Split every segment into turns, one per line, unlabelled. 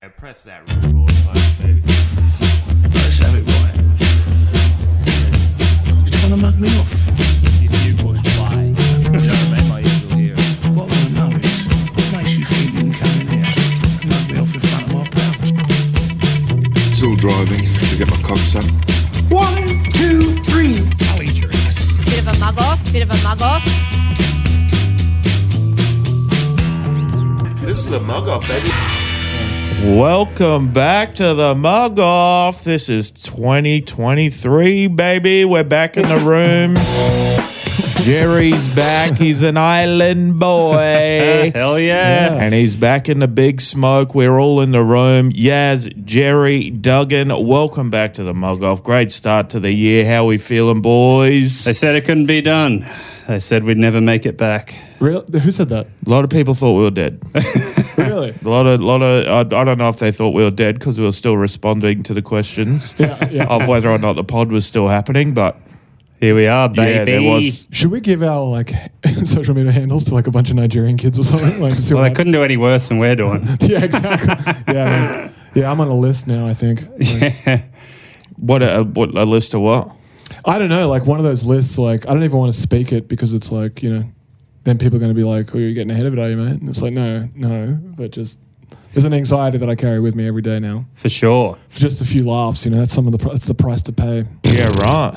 Yeah, press that record button, baby.
Let's have it right. You're trying to mug me off.
If you push play, you know what I mean? My ears will hear. it.
What I want to know is, what makes you think you can come in here and mug me off in front of my pals?
Still driving to get my cogs up.
One, two, three. I'll eat your ass.
Bit of a mug off, bit of a mug off.
This is the mug off, baby.
Welcome back to the mug off. This is 2023, baby. We're back in the room. Jerry's back. He's an island boy.
Hell yeah.
And he's back in the big smoke. We're all in the room. Yaz, Jerry, Duggan, welcome back to the mug off. Great start to the year. How we feeling, boys?
They said it couldn't be done. They said we'd never make it back.
Real? Who said that?
A lot of people thought we were dead.
Really?
A lot of, lot of. I, I don't know if they thought we were dead because we were still responding to the questions
Oh.
of whether or not the pod was still happening. But
Here we are, baby.
yeah, there was.
Should we give our like social media handles to like a bunch of Nigerian kids or something? Like, to see
Well,
what
they couldn't do any worse than we're doing.
happens? Yeah, exactly. yeah, man. yeah. I'm on a list now. I think. Like,
What a, what a list of what?
I don't know. Like one of those lists. Like I don't even want to speak it because it's like you know, then people are going to be like, "Oh, you're getting ahead of it, are you, mate?" And it's like, no, no. But just there's an anxiety that I carry with me every day now.
For sure.
For just a few laughs, you know, that's some of the pr- that's the price to pay.
Yeah, right.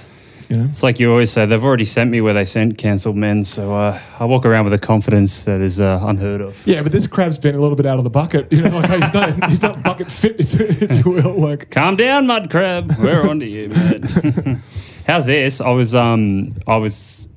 You know.
It's like you always say, they've already sent me where they sent cancelled men. So uh, I walk around with a confidence that is uh, unheard of.
Yeah, but this crab's been a little bit out of the bucket. You know, like he's not he's not bucket fit, if, if you will. Like
Calm down, mud crab. We're on to you, man. How's this? I was, um, I was,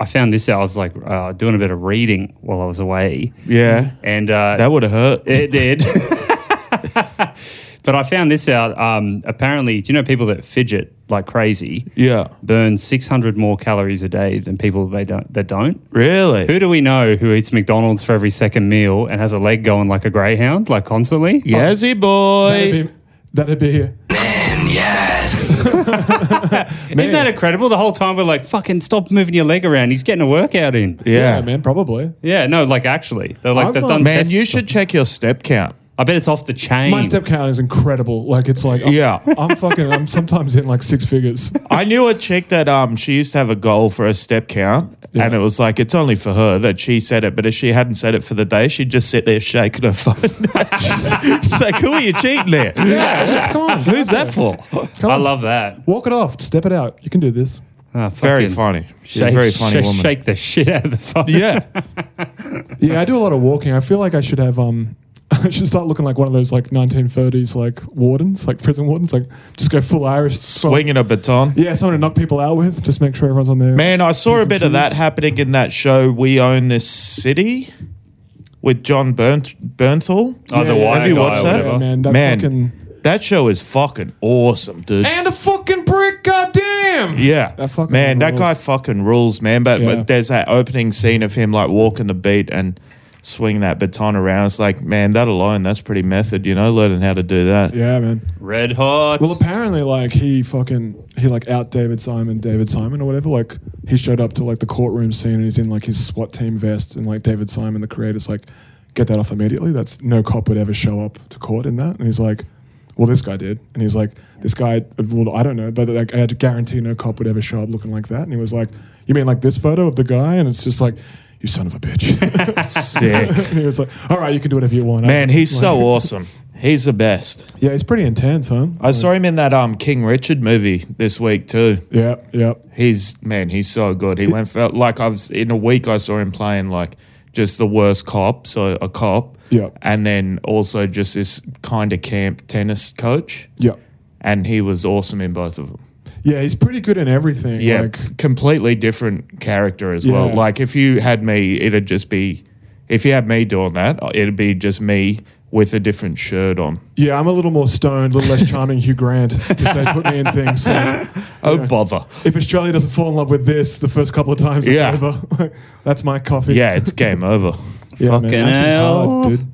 I found this out. I was like uh, doing a bit of reading while I was away.
Yeah.
And uh,
That would have hurt.
It did. but I found this out. Um, apparently, do you know people that fidget like crazy
yeah.
burn 600 more calories a day than people they don't that don't? Who
Really?
do we know who eats McDonald's for every second meal and has a leg going like a greyhound, like constantly?
Yazzy boy.
that'd be, that'd be
Isn't that incredible? The whole time we're like, fucking stop moving your leg around. He's getting a workout in. Yeah,
yeah,
Yeah.
man, probably.
no, like actually. They're like,
I'm
they've
not-
done
Man,
tests.
you should check your step count.
I bet it's off the chain.
My step count is incredible. Like it's like I'm,
Yeah.
I'm fucking I'm sometimes in like six figures.
I knew a chick that um she used to have a goal for her step count, and it was like it's only for her that she said it. But if she hadn't said it for the day, she'd just sit there shaking her phone. it's like, who are you cheating at?
Come on,
Who's that for?
come
I
on,
love that.
Walk it off, step it out. You can do this.
Ah,
Very
fucking
funny. She's
Shake,
a very funny
shake,
woman.
shake the shit out of the phone.
Yeah,
Yeah, I do a lot of walking. I feel like I should have um. I should start looking like one of those like 1930s like wardens, like prison wardens, like just go full Irish.
swinging a baton.
Yeah, someone to knock people out with. Just make sure everyone's on their
Man, I saw a
and
bit of that
Jews.
happening in that show. We own this city with John Bernth- Bernthal.
Oh, the
Yeah, yeah.
wire
Have you
guy
watched
or
that?
whatever.
Yeah, man, that
Man,
fucking-
that show is fucking awesome, dude.
and a fucking brick. Goddamn.
Yeah,
That fucking
man, that
rules.
guy fucking rules, man. But,
Yeah.
but there's that opening scene of him like walking the beat and swinging that baton around. It's like, man, that alone, that's pretty method, you know, learning how to do that.
Yeah, man.
Red hot.
Well, apparently, like he fucking he like out David Simon, David Simon or whatever. Like he showed up to like the courtroom scene and he's in like his SWAT team vest and like David Simon, the creator's like, get that off immediately. That's no cop would ever show up to court in that. And he's like, well, this guy did. And he's like, this guy, well, I don't know, but like I had to guarantee no cop would ever show up looking like that. And he was like, you mean like this photo of the guy? And it's just like. You son of a bitch.
Sick.
and he was like, all right, you can do whatever you want. I
man,
don't-
he's so
like-
awesome. He's the best.
Yeah, he's pretty intense, huh?
I saw him in that um King Richard movie this week too.
Yeah, yeah.
He's man, he's so good. He went for like I've in a week I saw him playing like just the worst cop, so a cop.
Yeah.
And then also just this kind of camp tennis coach.
Yeah.
And he was awesome in both of them.
Yeah, he's pretty good in everything.
Yeah.
Like,
completely different character as well.
Yeah.
Like if you had me, it'd just be if you had me doing that, it'd be just me with a different shirt on.
yeah, I'm a little more stoned, a little less charming Hugh Grant if they put me in things. So
Oh bother.
if Australia doesn't fall in love with this the first couple of times it's
Yeah.
over, that's my coffee.
Yeah, it's game over.
yeah man,
fucking
acting's
hell.
dude.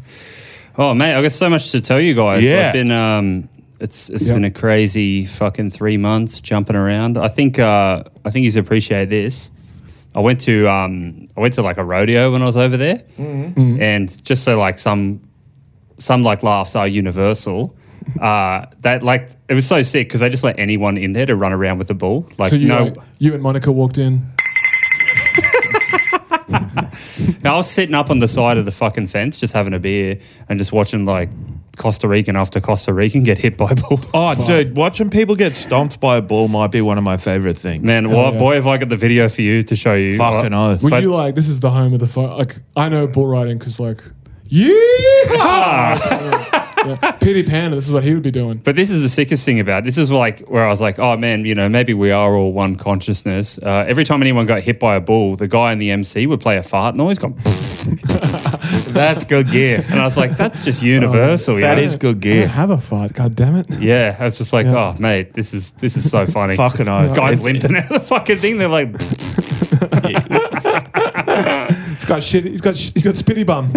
Oh mate, I got so much to tell you guys.
Yeah.
I've been um it's it's
Yep.
been a crazy fucking three months jumping around. I think uh I think he's appreciate this. I went to
Mm-hmm.
um I went to like a rodeo when I was over there. And just so like some some like laughs are universal. Uh, that like it was so sick because they just let anyone in there to run around with the ball. Like
So you,
no,
like, you and Monica walked in.
I was sitting up on the side of the fucking fence just having a beer and just watching like Costa Rican after Costa Rican get hit by a ball.
Oh, dude, watching people get stomped by a ball might be one of my favorite things.
Man, what
yeah.
boy have I got the video for you to show you?
Fucking
What-
oath.
Were
But-
you like, this is the home of the fo-. like? I know bull riding because like, yeah, yeah, Peter Pan. This is what he would be doing.
But this is the sickest thing about it. this is like where I was like, oh man, you know, maybe we are all one consciousness. Uh, every time anyone got hit by a ball, the guy in the MC would play a fart noise, gone,
That's good gear.
and I was like, that's just universal. you
Oh, That
know?
is good
I don't
gear.
have a fight. God damn it.
yeah. I was just like,
Yeah.
oh mate, this is this is so funny.
Fucking oath.
guys
It's-
limping out the fucking thing. They're like,
He's got shit. He's got sh- he's got spitty bum.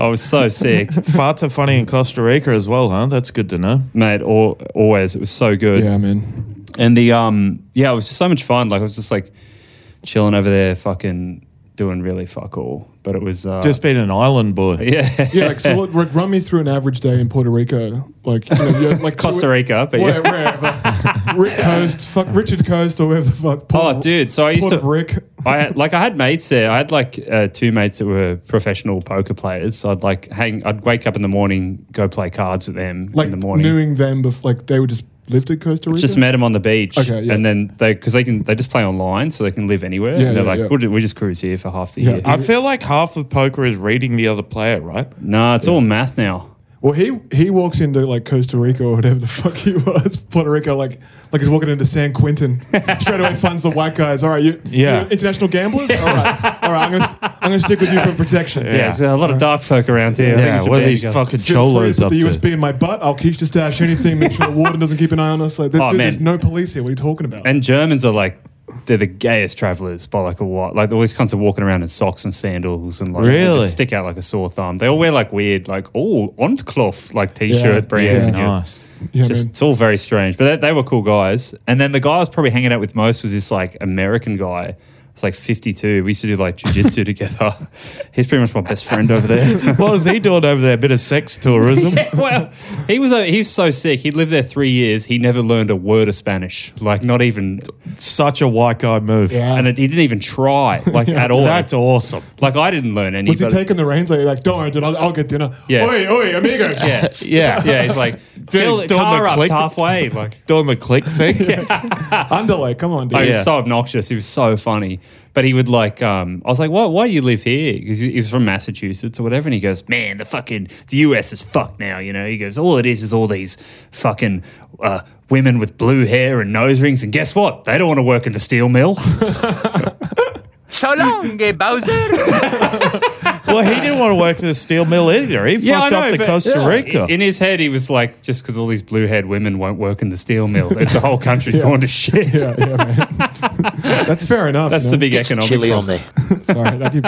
I was so sick,
Farts are funny in Costa Rica as well, huh? That's good to know.
mate. All, always, it was so good.
yeah, man.
And the um yeah, it was just so much fun. Like I was just like chilling over there, fucking doing really fuck all. But it was uh,
Just being an island boy.
yeah,
Yeah, like so. What, like, run me through an average day in Puerto Rico, like you know, you're- like
Costa Rica. But
Where,
yeah.
wherever. Rick Coast, fuck Richard Coast, or wherever the fuck. Port-
Oh, dude! So I used
Port
to
of Rick.
I had, like I had mates there. I had like uh, two mates that were professional poker players. So I'd like hang. I'd wake up in the morning, go play cards with them
Like
in the morning.
knowing them, bef- like they were just lived in Costa Rica.
Just met them on the beach,
Okay, yeah.
and then they because they can they just play online, so they can live anywhere.
Yeah,
and they're
yeah,
like,
yeah.
We'll, ju- we just cruise here for half the
Yeah.
year.
I feel like half of poker is reading the other player, right?
no, it's all math now.
Well, he he walks into like Costa Rica or whatever the fuck he was, Puerto Rico, like like he's walking into San Quentin. Straight away funds the white guys. All right, you,
Yeah.
you international gamblers. All right, all right. I'm gonna st- I'm gonna stick with you for protection.
Yeah, there's a lot of dark folk around here. I think we
Yeah,
should
what are
band
these
together.
fucking
Feel free
cholos
to
up
put the
to?
USB in my butt. I'll quiche to stash anything. Make sure the warden doesn't keep an eye on us. Like, there-
Oh,
dude,
man.
there's no police here. What are you talking about?
And Germans are like they're the gayest travellers by like a while. Like all these cunts are walking around in socks and sandals and like they
Really?
just stick out like a sore thumb. They all wear like weird like oh Ontcloth like t-shirt
Yeah,
brands.
yeah.
and you-
Nice.
yeah,
Just,
man.
it's all very strange, but they, they were cool guys. And then the guy I was probably hanging out with most was this like American guy. It's like 52. We used to do like jujitsu together. He's pretty much my best friend over there.
What was he doing over there? A bit of sex tourism?
Yeah, well, he was a, he was so sick. He lived there three years. He never learned a word of Spanish, like not even,
Such a white guy move.
Yeah.
and it, he didn't even try, like at all.
That's awesome.
like I didn't learn any.
Was he
but-
taking the reins? Like, like don't worry, dude, I'll, I'll get dinner.
Yeah.
Oi, oi, amigos.
yeah,
Yeah.
yeah. He's like, fill the
don't
car
the
up
click-
halfway. Like,
Doing the click thing?
Underlay, come on, dude.
Oh, he
Yeah.
was so obnoxious. He was so funny. But he would like, um, I was like, why, why do you live here? Because he he was from Massachusetts or whatever. And he goes, man, the fucking, the US is fucked now. You know, he goes, all it is is all these fucking uh, women with blue hair and nose rings. And guess what? They don't want to work in the steel mill.
So long, eh, Bowser.
Well, he didn't want to work in the steel mill either. He fucked up to Costa Rica.
In his head, he was like, just because all these blue haired women won't work in the steel mill, it's the whole country's going to shit.
Yeah, yeah, man. That's fair enough.
That's
man.
the big economic
Chili
problem.
on there.
Sorry, I keep,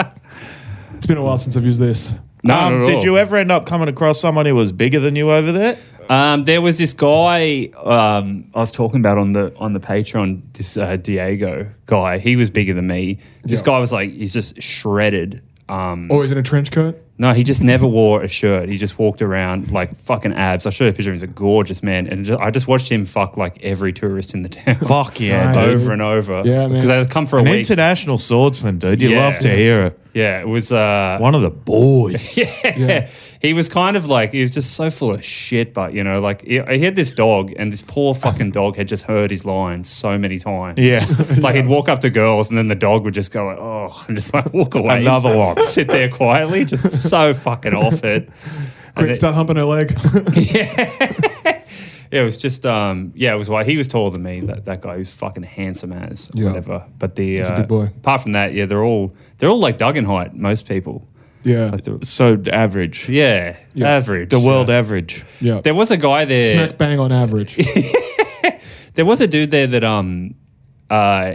it's been a while since I've used this.
No,
Um,
not at all.
did you ever end up coming across someone who was bigger than you over there?
Um, there was this guy um, I was talking about on the on the Patreon. This uh, Diego guy, he was bigger than me. This
Yeah.
guy was like, he's just shredded. Um,
Always in a trench coat.
no, he just never wore a shirt. He just walked around like fucking abs. I showed a picture of him. He's a gorgeous man, and just, I just watched him fuck like every tourist in the town.
Fuck yeah,
Nice.
dude.
over and over.
Yeah, man.
Because they come for a
An
week.
international swordsman, dude. You
Yeah.
love to hear it.
yeah, it was. Uh,
One of the boys.
yeah. He was kind of like, he was just so full of shit, but you know, like he, he had this dog, and this poor fucking dog had just heard his lines so many times.
Yeah.
like he'd walk up to girls, and then the dog would just go like, oh, and just like walk away.
Another one.
Sit there quietly, just so fucking off it. And
Quick,
it-
start humping her leg.
yeah, it was just, um, yeah, it was why he was taller than me. That, that guy, he was fucking handsome as or
Yeah.
whatever. But the
a
uh,
big boy.
apart from that, yeah, they're all they're all like Duggan height. Most people,
yeah,
like they're-
So average.
yeah, average.
The world
Yeah.
average.
yeah.
There was a guy there.
Smack bang on average.
There was a dude there that um uh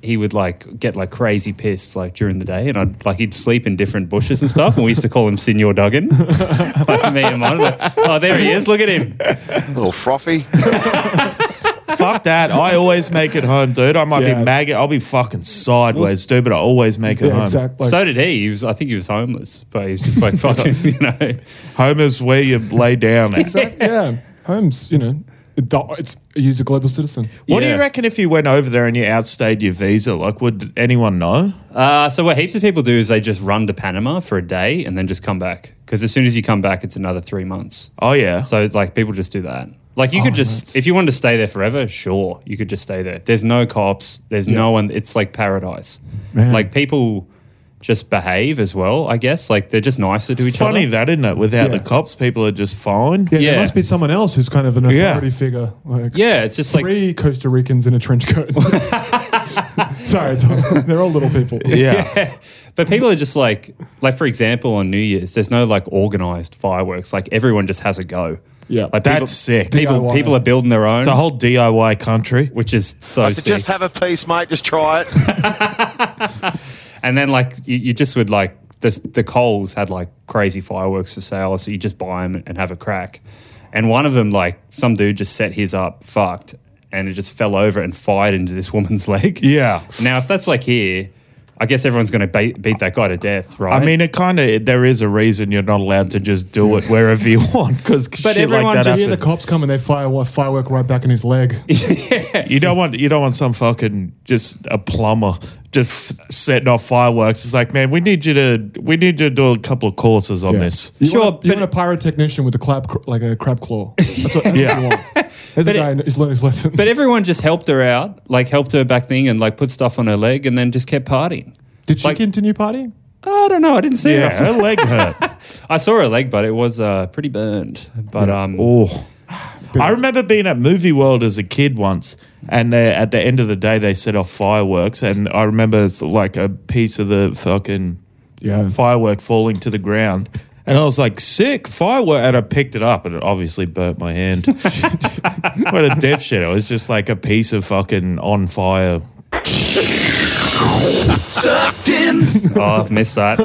he would like get like crazy pissed like during the day and I'd like he'd sleep in different bushes and stuff and we used to call him Senor Duggan. like me and mine. Like, oh there he is, look at him.
A little frothy.
Fuck that. I always make it home, dude. I might
Yeah.
be maggot. I'll be fucking sideways, dude, but I always make it
Yeah,
home.
exactly. Like,
so did he. he was, I think he was homeless, but he was just like fucking, you know.
Home is where you lay down. eh? at.
exact- yeah. Holmes, you know, it- it's he's a global citizen.
What do
Yeah.
you reckon if you went over there and you outstayed your visa? Like, would anyone know?
Uh, so what heaps of people do is they just run to Panama for a day and then just come back because as soon as you come back, it's another three months.
Oh, yeah.
So like people just do that. Like you could just if you wanted to stay there forever, sure, you could just stay there. There's no cops. There's no one. It's like paradise. Like people just behave as well. I guess like they're just nicer to each
Funny
other.
that, isn't it? Without
Yeah.
the cops, people are just fine.
Yeah,
Yeah.
there must be someone else who's kind of an
Yeah.
authority figure. Like
Yeah, it's just like
three Costa Ricans in a trench coat. Sorry, Tom. they're all little people.
Yeah.
But people are just like, like for example, on New Year's, there's no like organized fireworks. Like everyone just has a go.
Yeah.
like
That's
people,
sick.
People,
DIY.
people are building their own,
It's a whole DIY country.
which is so
I
sick.
said, just have a piece, mate. Just try it.
and then like you, you just would like the the Coles had like crazy fireworks for sale, so you just buy them and have a crack. And one of them, like some dude, just set his up, fucked, and it just fell over and fired into this woman's leg.
Yeah.
Now, if that's like here, I guess everyone's going to beat, beat that guy to death, right?
I mean, it kind of there is a reason you're not allowed to just do it wherever you want because
But everyone
like that
just-
Yeah,
happens.
the cops come and they fire a firework right back in his leg.
You don't want you don't want some fucking just a plumber just f- setting off fireworks. It's like, man, we need you to we need you to do a couple of courses on
Yeah.
this.
You
Sure,
want a, you
but-
want a pyrotechnician with a clap, cr- like a crab claw. That's what, that's
Yeah.
what you want. There's a
it-
guy who's learned his lesson.
But everyone just helped her out, like helped her back thing and like put stuff on her leg and then just kept partying.
Did she
like-
continue partying?
I don't know. I didn't see
Yeah,
her.
her leg hurt.
I saw her leg, but it was uh, pretty burned. But um,
Oh. I remember being at Movie World as a kid once, and they, at the end of the day, they set off fireworks. And I remember it's like a piece of the fucking
Yeah.
firework falling to the ground. And I was like, sick firework. And I picked it up, and it obviously burnt my hand. what a dip shit. It was just like a piece of fucking on fire.
oh, I've missed that.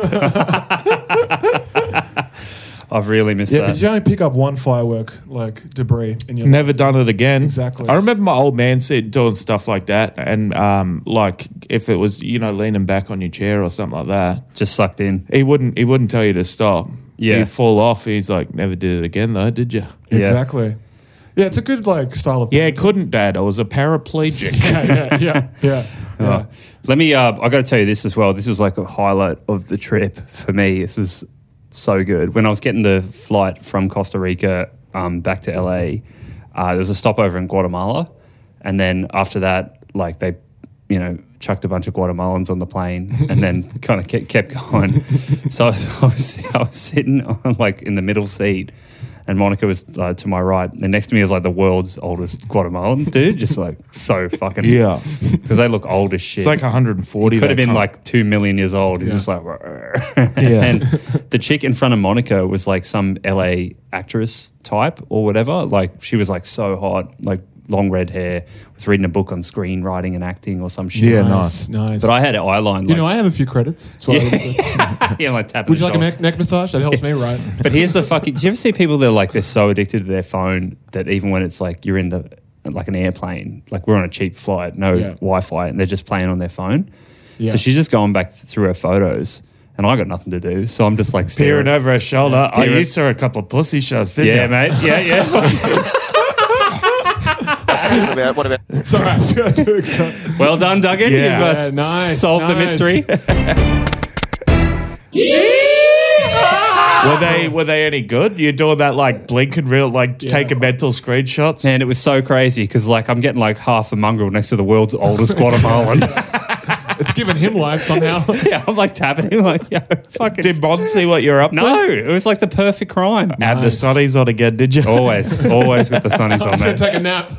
I've really missed
Yeah,
that.
but you only pick up one firework, like debris, in your
Never done it again.
Exactly.
I remember my old man said doing stuff like that. And um, like if it was, you know, leaning back on your chair or something like that.
just sucked in.
he wouldn't he wouldn't tell you to stop.
Yeah.
You fall off. He's like, never did it again though, did you?
Yeah.
Exactly. Yeah, it's a good like style of
Yeah, couldn't, Dad. I was a paraplegic.
yeah, yeah, yeah.
Oh. Let me. Uh, I got to tell you this as well. This was like a highlight of the trip for me. This was so good. When I was getting the flight from Costa Rica um, back to LA, uh, there was a stopover in Guatemala, and then after that, like they, you know, chucked a bunch of Guatemalans on the plane, and then kind of kept, kept going. So I was, I was, I was sitting on like in the middle seat. And Monica was uh, to my right, and next to me was like the world's oldest Guatemalan dude, just like so fucking
Yeah.
because they look old as shit.
It's like 140.
could have
that
been
cunt.
like two million years old. He's just like,
Yeah.
and the chick in front of Monica was like some LA actress type or whatever. Like she was like so hot, like long red hair, was reading a book on screenwriting and acting or some shit.
Yeah,
Nice, nice.
But I had an eyeliner. Like,
you know, I have a few credits. So I would uh,
yeah, like tapping.
would you
the
like a
shoulder.
neck, neck massage? That helps me, right?
But here's the fucking. Do you ever see people that are like they're so addicted to their phone that even when it's like you're in the like an airplane, like we're on a cheap flight, no
Yeah.
Wi-Fi, and they're just playing on their phone.
Yeah.
So she's just going back th- through her photos, and I got nothing to do, so I'm just like staring.
peering over her shoulder. I
Peering-
used her a couple of pussy shots, didn't
Yeah,
you?
mate. Yeah, yeah.
What about, what about?
Sorry, I was gonna do it, so-
well done, Duggan.
Yeah.
You've uh,
Yeah, nice,
solved
nice.
the mystery.
Were they were they any good? You're doing that like blink and reel, like taking mental screenshots.
And it was so crazy because like I'm getting like half a mongrel next to the world's oldest Guatemalan.
it's giving him life somehow.
yeah, I'm like tapping him like, yo, fucking.
Did Bond see what you're up
no,
to?
it was like the perfect crime.
And the sunnies on again, did you?
Always, always with the sunnies on
Gonna
there.
take a nap.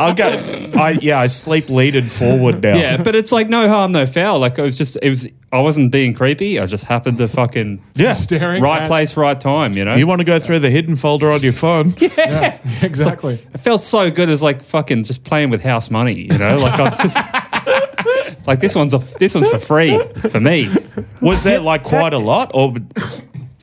I'll go. I yeah, I sleep leaded forward now.
Yeah, but it's like no harm, no foul. Like I was just, it was, I wasn't being creepy. I just happened to fucking
yeah.
Staring.
right
at-
place, right time. You know,
You want to go through the hidden folder on your phone?
Yeah, exactly.
it felt so good as like fucking just playing with house money. You know, like I was just like this one's a this one's for free for me.
Was that like quite a lot, or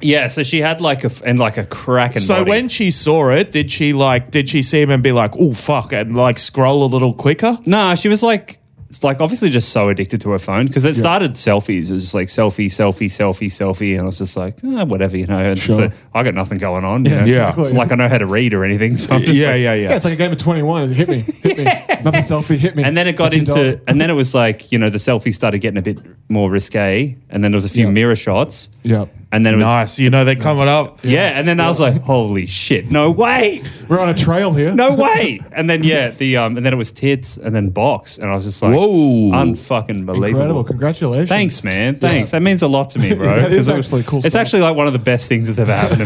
Yeah, so she had like a f- and like a cracking.
So
body.
when she saw it, did she like? Did she see him and be like, "Oh fuck," and like scroll a little quicker?
Nah, she was like, it's like obviously just so addicted to her phone because it started selfies. It was just like selfie, selfie, selfie, selfie, and I was just like, eh, whatever, you know. And
Sure.
so I got nothing going on. you know.
Yeah.
It's like I know how to read or anything. So I'm just
yeah,
like-
yeah,
Yeah, it's like a game of 21. Hit me. Hit me. Another selfie. Hit me.
And then it got
Hit your
into,
dog.
and then it was like you know the selfie started getting a bit more risque, and then there was a few
Yeah.
mirror shots.
Yeah.
And then it was
nice. You know they're coming up.
Yeah, and then I was like, holy shit, no way,
We're on a trail here.
no way. and then yeah, the um, and then it was tits, and then box, and I was just like,
Whoa.
unfucking believable.
Incredible. Congratulations.
Thanks, man. Thanks. That means a lot to me, bro.
That is
'Cause it-
actually cool
It's
stuff.
actually like one of the best things that's ever happened to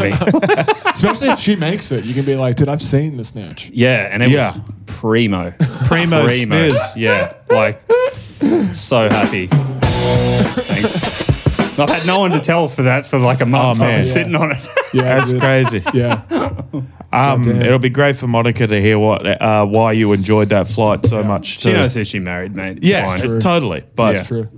me.
Especially if she makes it, you can be like, dude, I've seen the snatch.
yeah, and it
Yeah.
was primo,
Primo sniz.
Yeah, like so happy. Thanks. I've had no one to tell for that for like a month.
Oh,
I've been
man.
sitting on it.
Yeah,
That's
dude.
crazy.
Yeah.
Um,
Goddamn.
it'll be great for Monica to hear what uh, why you enjoyed that flight so much.
she
too.
knows who she married, mate. It's
Yeah,
fine.
it- totally. But
Yeah.
True.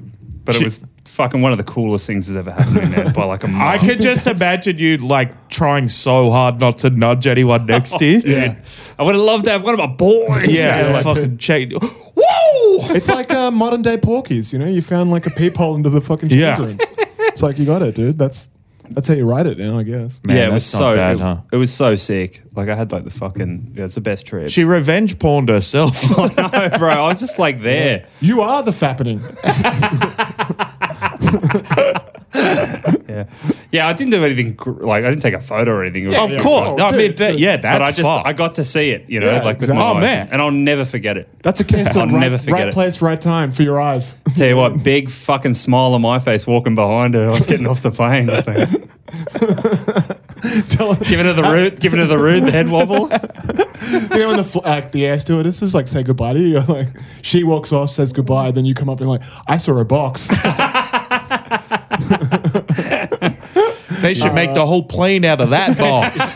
but
she-
it was fucking one of the coolest things that's ever happened to me, man. By like a month.
I could just imagine you like trying so hard not to nudge anyone next to you.
yeah. I would have loved to have one of my boys.
Yeah,
Yeah.
fucking check. Whoa!
It's like uh, modern day porkies, you know? You found like a peephole into the fucking
Yeah.
children's. It's like, you got it, dude. That's that's how you write it now, I guess.
Man,
yeah, it
that's
was
not
so
bad,
it,
huh?
it was so sick. Like I had like the fucking yeah, it's the best trip.
She revenge pawned herself.
no, bro, I was just like there.
You are the fappening.
Yeah, yeah. I didn't do anything gr- like I didn't take a photo or anything. It was-
of course.
Oh,
I mean,
dude,
that,
dude.
yeah, that's
but I just
fucked.
I got to see it, you know,
Yeah,
like with
exactly.
my
Oh,
eyes.
man.
and I'll never forget it.
That's a case
I'll
of right,
never forget
right
it.
place, right time for your eyes.
Tell you what, big fucking smile on my face walking behind her, like, getting off the plane, just like,
Tell
giving her the root, giving her the root, the head wobble.
You know when the fl- like the air stewardesses like say goodbye to you, you're like she walks off, says goodbye, then you come up and you're like, I saw a box.
they should make the whole plane out of that box.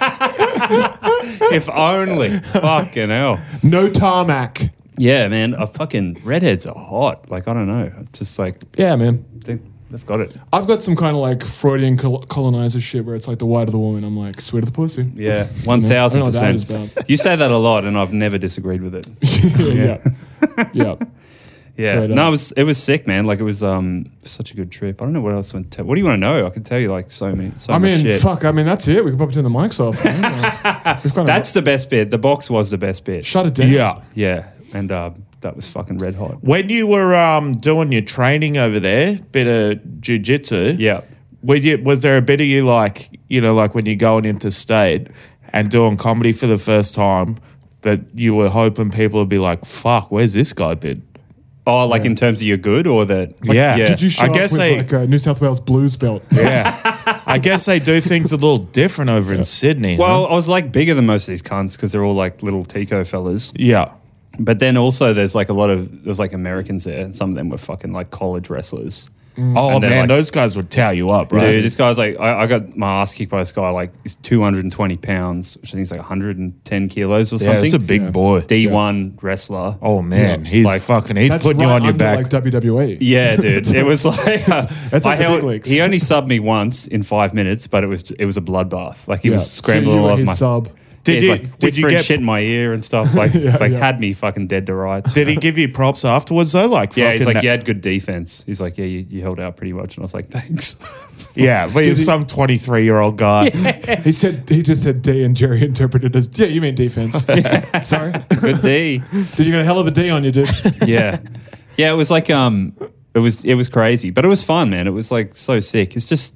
If only, fucking hell.
no tarmac.
Yeah, man. I fucking redheads are hot. Like I don't know, it's just like
Yeah, man.
they, they've got it.
I've got some kind of like Freudian col- colonizer shit where it's like the whiter the woman, I'm like sweeter the pussy.
Yeah, one thousand
I don't know what that is
percent.
about.
You say that a lot, and I've never disagreed with it.
yeah, yeah. yeah.
Yeah,
Right on.
no, it was it was sick, man. Like it was um such a good trip. I don't know what else. Went to, what do you want to know? I could tell you like so many. So
I
much
mean,
shit.
fuck. I mean, that's it. We can probably turn the mics off. man. Like, we've kind of
That's the best bit. The box was the best bit.
shut it down.
yeah.
Yeah, and uh, that was fucking red hot.
When you were um, doing your training over there, bit of jujitsu.
Yeah.
Were you, was there a bit of you like, you know, like when you're going into state and doing comedy for the first time that you were hoping people would be like, fuck, where's this guy been?
Oh, like in terms of your good or that?
yeah.
Did you show
I
up
guess
with
they-
like a New South Wales blues belt?
Yeah. I guess they do things a little different over in Sydney. huh?
Well, I was like bigger than most of these cunts because they're all like little Tico fellas.
yeah.
But then also there's like a lot of there's like Americans there. and Some of them were fucking like college wrestlers.
Oh,
Mm.
And they're
man,
like-
those guys would towel you up, right?
Dude, this guy's like, I, I got my ass kicked by this guy. Like, he's 220 pounds, which I think is like 110 kilos or
yeah,
something.
it's a big boy.
D1 wrestler.
Oh, man. He's
Like-
fucking, he's
That's
putting
right
you on your
under,
back.
like E. WWE.
Yeah, dude. it was like,
that's
I
like the
held-
big leagues.
he only subbed me once in five minutes, but it was it was a bloodbath. Like, he
Yeah.
was scrambling
so you
all
were
over
his
my.
sub.
Did
He's
you-
like
did you
whispering
get-
shit in my ear and stuff? Like, it's like
yeah.
had me fucking dead to rights.
Did he give you props afterwards though? Like,
yeah, he's
fucking-
like, you had good defense. He's like, yeah, you, you held out pretty much. And I was like, thanks.
yeah. But he's
he-
some twenty-three-year-old guy.
He said he just said D, and Jerry interpreted as yeah. You mean defense? Sorry,
Good D.
did you get a hell of a D on you, dude?
yeah, yeah. It was like um, it was it was crazy, but it was fun, man. It was like so sick. It's just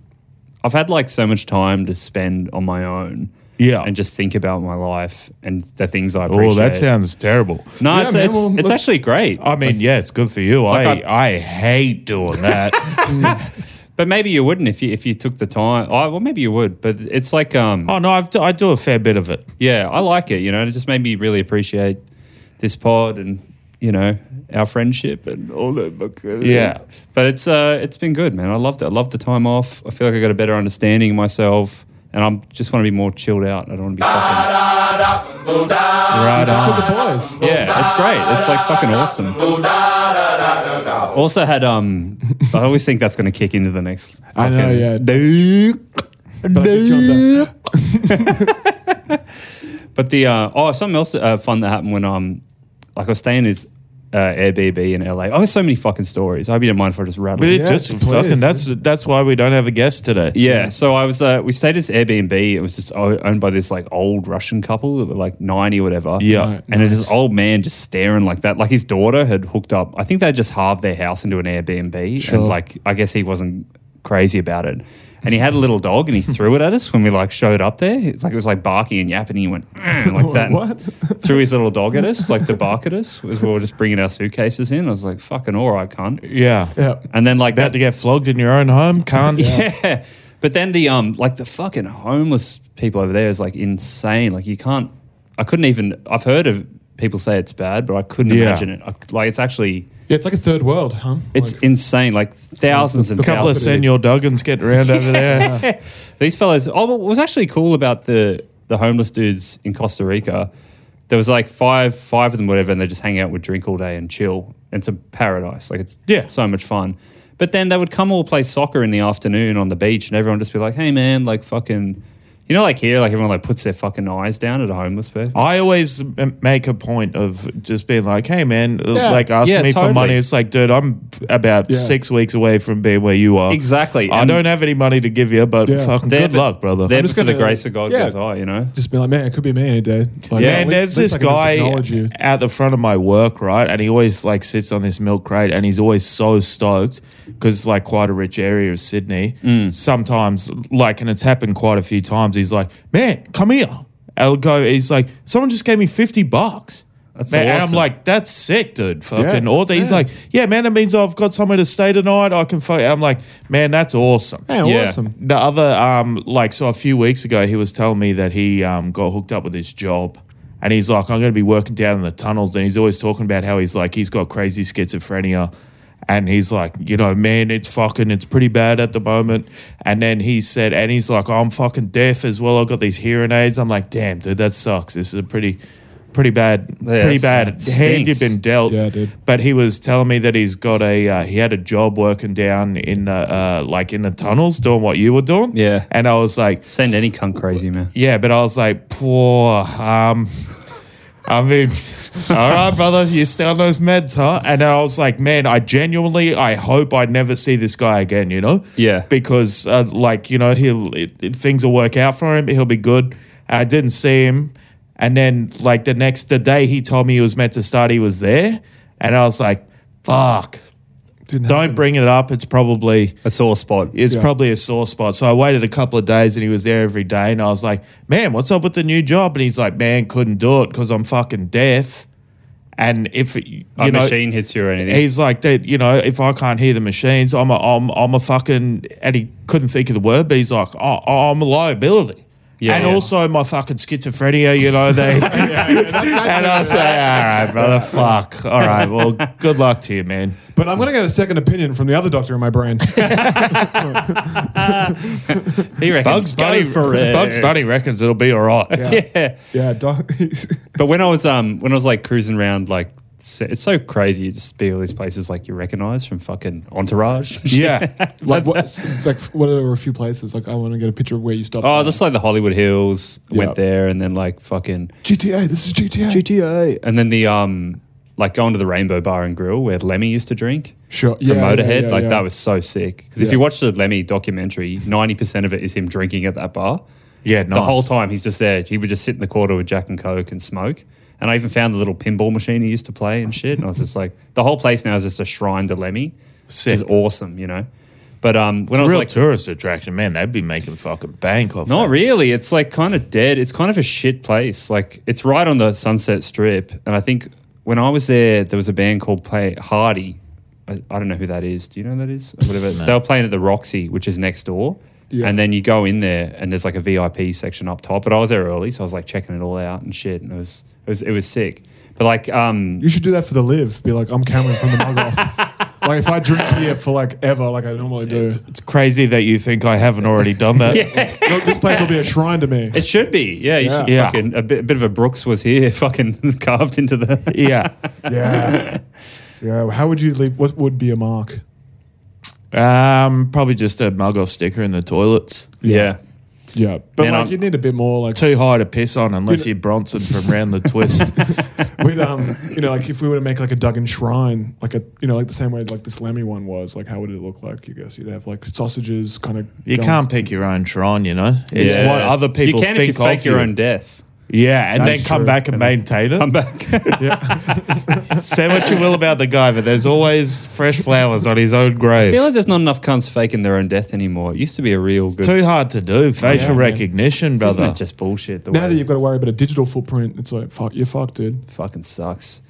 I've had like so much time to spend on my own,
Yeah.
and just think about my life and the things I appreciate.
Oh, that sounds terrible.
no,
Yeah,
it's
man,
it's,
well,
it's
let's-
actually great.
I mean, yeah, it's good for you.
Like
I, I hate doing that.
but maybe you wouldn't if you if you took the time. Oh, well, maybe you would, but it's like um,
oh no, I've, d- I do a fair bit of it.
yeah, I like it. You know, it just made me really appreciate this pod and you know our friendship and all that. uh,
Yeah.
but it's uh, it's been good, man. I loved it. I loved the time off. I feel like I got a better understanding of myself, and I'm just want to be more chilled out. I don't want to be fucking.
Right on.
With the boys.
Yeah, it's great. It's like fucking awesome. Also had um, I always think that's going to kick into the next.
I know,
fucking-
yeah. But I picture that-
But the uh, oh, something else uh, fun that happened when um, like I was staying in this uh, Airbnb in LA. I have so many fucking stories. I hope you don't mind if I just rattle.
We did
Yeah,
just
please,
fucking. That's that's why we don't have a guest today.
Yeah, so I was. Uh, we stayed at this Airbnb. It was just o- owned by this like old Russian couple that were like ninety or whatever.
Yeah.
and there's this old man just staring like that. Like his daughter had hooked up. I think they just halved their house into an Airbnb, and like I guess he wasn't crazy about it. And he had a little dog, and he threw it at us when we like showed up there. It's like it was like barking and yapping. And he went "Mm," like that. and
What?
threw his little dog at us, like to bark at us as we were just bringing our suitcases in. I was like, "Fucking all right, cunt."
Yeah.
Yeah.
And then like
About to get flogged in your own home, can't.
yeah. But then the um like the fucking homeless people over there is like insane. Like you can't I couldn't even I've heard of people say it's bad, but I couldn't
Yeah.
imagine it. I, like it's actually
Yeah, it's like a third world, huh?
it's
Like,
insane. Like thousands and
A couple of
thousands.
Senor Duggins getting around over there.
These fellas oh what was actually cool about the the homeless dudes in Costa Rica. There was like five five of them whatever and they just hang out would drink all day and chill. It's a paradise. Like it's
Yeah.
so much fun. But then they would come all play soccer in the afternoon on the beach, and everyone would just be like, "Hey, man, like fucking," you know, like here, like everyone like puts their fucking eyes down at a homeless person.
I always m- make a point of just being like, "Hey, man," like asking
Yeah,
me for
totally.
money. It's like, dude, I'm about
Yeah.
six weeks away from being where you are.
Exactly.
I
And
don't have any money to give you, but
Yeah.
fucking
They're
good
the-
luck, brother.
There,
I'm
but
just
for the
gonna-
grace of God
yeah.
goes high, you know.
just be like, man, it could be me any day. Like,
Yeah,
at
and
least-
there's
at
this
least I can
guy
acknowledge you.
at the front of my work, right? And he always like sits on this milk crate, and he's always so stoked because it's like quite a rich area of Sydney.
Mm.
Sometimes, like, and it's happened quite a few times. He's like, "Man, come here." I'll go. He's like, "Someone just gave me fifty bucks."
That's
man, And I'm
awesome.
like, "That's sick, dude." Fucking
Yeah.
awesome. He's
Yeah.
like, "Yeah, man, that means I've got somewhere to stay tonight. I can fuck." I'm like, "Man, that's awesome."
Man,
Yeah.
awesome.
The other, um, like, so a few weeks ago, he was telling me that he um, got hooked up with his job. And he's like, I'm going to be working down in the tunnels. And he's always talking about how he's like, he's got crazy schizophrenia. And he's like, you know, man, it's fucking, it's pretty bad at the moment. And then he said, and he's like, I'm fucking deaf as well. I've got these hearing aids. I'm like, damn, dude, that sucks. This is a pretty, pretty bad,
Yeah,
pretty
it
bad hand you've
stinks.
been dealt.
Yeah, dude.
But he was telling me that he's got a uh, he had a job working down in the uh, like in the tunnels doing what you were doing.
Yeah.
and I was like,
Send any cunt crazy, man.
yeah, but I was like, poor. Um, I mean, all right, brother, you stay on those meds, huh? And I was like, man, I genuinely, I hope I never see this guy again. You know?
Yeah.
Because, uh, like, you know, he'll it, it- things will work out for him. He'll be good. I didn't see him, and then like the next the day he told me he was meant to start, he was there, and I was like, fuck.
Didn't
Don't bring it up. It's probably
A sore spot.
it's
Yeah.
probably a sore spot. So I waited a couple of days and he was there every day. And I was like, man, what's up with the new job? And he's like, man, couldn't do it because I'm fucking deaf. And if, you
A
know,
machine hits you or anything.
he's like, that, you know, if I can't hear the machines, I'm a, I'm, I'm a fucking, and he couldn't think of the word, but he's like, oh, I'm a liability.
Yeah.
and
Yeah.
also my fucking schizophrenia, you know, they. and I say, all right, brother, fuck. All right, well, good luck to you, man.
But I'm going to get a second opinion from the other doctor in my brain.
he reckons
Bugs Bunny,
go for it.
Bugs Bunny reckons it'll be all right.
Yeah.
yeah, doc.
But when I was um when I was like cruising around like s- it's so crazy to just be all these places like you recognize from fucking Entourage.
Yeah.
like what? It's like what are a few places? Like I want to get a picture of where you stopped.
Oh, just like the Hollywood Hills. I Went
Yep.
there and then like fucking
GTA. This is GTA.
GTA. And then the um like going to the Rainbow Bar and Grill where Lemmy used to drink.
Sure.
From
Yeah, yeah,
Motorhead,
yeah,
like
yeah.
that was so sick. Because if
Yeah.
you watch the Lemmy documentary, ninety percent of it is him drinking at that bar.
Yeah,
The whole
nice.
time he's just there. He would just sit in the corner with Jack and Coke and smoke. And I even found the little pinball machine he used to play and shit. And I was just like, the whole place now is just a shrine to Lemmy,
Sick.
which is awesome, you know. But um, when I was
Real
like,
tourist attraction, man. They'd be making fucking bank off.
not
that.
really. It's like kind of dead. It's kind of a shit place. Like it's right on the Sunset Strip, and I think when I was there, there was a band called Play Hardy. I, I don't know who that is. Do you know who that is? Or whatever. They were playing at the Roxy, which is next door.
Yeah.
And then you go in there, and there's like a VIP section up top. But I was there early, so I was like checking it all out and shit, and it was it was it was sick. But like, um,
You should do that for the live. Be like, I'm Cameron from the mug off. like if I drink beer for like ever, like I normally do,
It's crazy that you think I haven't already done that.
look, this place will be a shrine to me.
it should be, yeah. You should
Yeah.
fucking a bit, a bit of a Brooks was here, fucking carved into the.
yeah.
Yeah. Yeah. How would you leave? What would be a mark?
Um, probably just a mug off sticker in the toilets.
Yeah.
Yeah, but
Man,
like
I'm-
you need a bit more like
Too high to piss on unless
You
you're Bronson from round the twist.
we'd um you know like if we were to make like a Duggan shrine like a you know like the same way like this Lemmy one was like how would it look like you guess you'd have like sausages kind of
You can't pick your own shrine, you know. It's
Yes.
what other people
You can
think
if you fake
of
your
you.
own death.
Yeah, and
That's
then come
true.
back and maintain it.
Come back.
Say what you will about the guy, but there's always fresh flowers on his own
I
grave.
feel like there's not enough cunts faking their own death anymore. It used to be a real good.
Too hard to do facial
man.
recognition,
Isn't
brother.
that just bullshit? The
now
way
that you've got to worry about a digital footprint it's like fuck you're fucked dude
fucking sucks.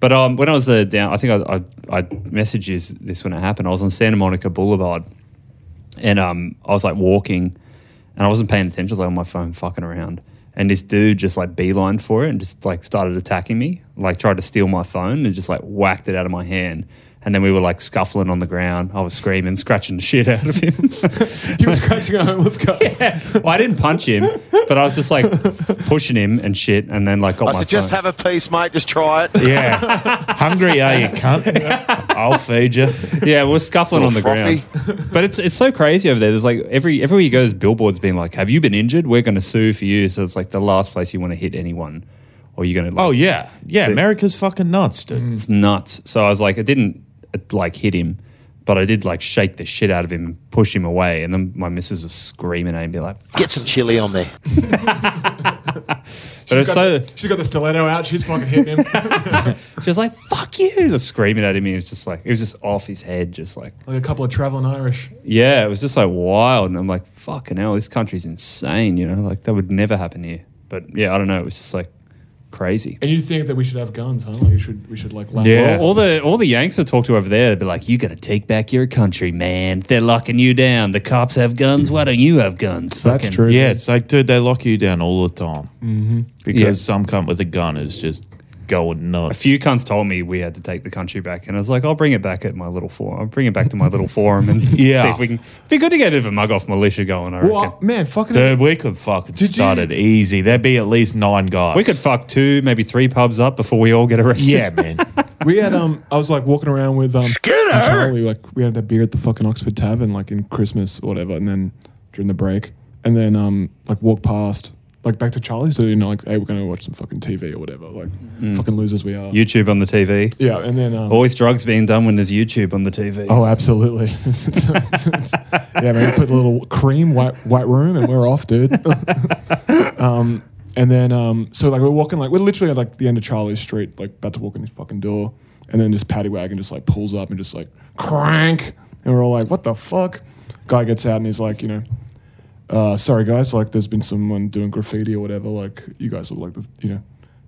But um, when I was uh, down, I think I, I, I messaged you this when it happened. I was on Santa Monica Boulevard, and um, I was like walking, and I wasn't paying attention. I was like on my phone, fucking around, and this dude just like beelined for it and just like started attacking me, like tried to steal my phone and just like whacked it out of my hand. And then we were like scuffling on the ground. I was screaming, scratching the shit out of him.
he was scratching a homeless guy
well, I didn't punch him, but I was just like pushing him and shit. And then like got
I
my
said, just
phone.
have a piece, mate. Just try it.
yeah. Hungry are you, cunt? I'll feed you.
yeah, we're scuffling on the
Little
ground. But it's it's so crazy over there. There's like every everywhere you go, there's billboards being like, "Have you been injured? We're going to sue for you." So it's like the last place you want to hit anyone, or you're going to. Like,
Oh yeah, yeah. America's fucking nuts, dude.
it's nuts. So I was like, I didn't uh, like hit him, but I did like shake the shit out of him, and push him away, and then my missus was screaming at him, be like, "Fuck."
Get some chili on there.
But it's
She's
so
got- she's got the stiletto out she's fucking hitting him like
she was like, "Fuck you!" Just screaming at him. He was just like, it was just off his head, just like.
a couple of traveling Irish
Yeah, it was just like wild. And I'm like, fucking hell, this country's insane, you know? Like, that would never happen here. But yeah, I don't know. It was just like crazy.
and you think that we should have guns huh like you should we should like laugh.
All, all the all the Yanks I talked to over there, they'd be like, you got to take back your country, man. They're locking you down. The cops have guns. Why don't you have guns?
that's
Fucking-
true
Yeah, it's like, dude, they lock you down all the time mm-hmm. because some cunt with a gun is just going nuts.
A few cunts told me we had to take the country back. And I was like, I'll bring it back at my little forum. I'll bring it back to my little forum and see
Yeah.
if we can. Be good to get a bit of a mug off militia going, I reckon.
well man fucking
dude, we could fucking
Did
start
you-
it easy. There'd be at least nine guys.
we could fuck two, maybe three pubs up before we all get arrested.
yeah, man.
We had um, I was like walking around with um, and Charlie. Like we had a beer at the fucking Oxford Tavern, like in Christmas or whatever, and then during the break, and then um, like walk past, like back to Charlie's, so you know, like hey, we're gonna watch some fucking TV or whatever, like fucking losers we are.
YouTube on the TV.
yeah, and then um,
Always drugs being done when there's YouTube on the TV.
oh, absolutely. yeah, man, put a little cream white white room, and we're off, dude. um, and then um, so like we're walking, like we're literally at like the end of Charlie's Street, like about to walk in his fucking door, and then this paddy wagon just like pulls up and just like crank, and we're all like, what the fuck? Guy gets out and he's like, you know. Uh, sorry guys, like there's been someone doing graffiti or whatever. Like you guys look like the, you know,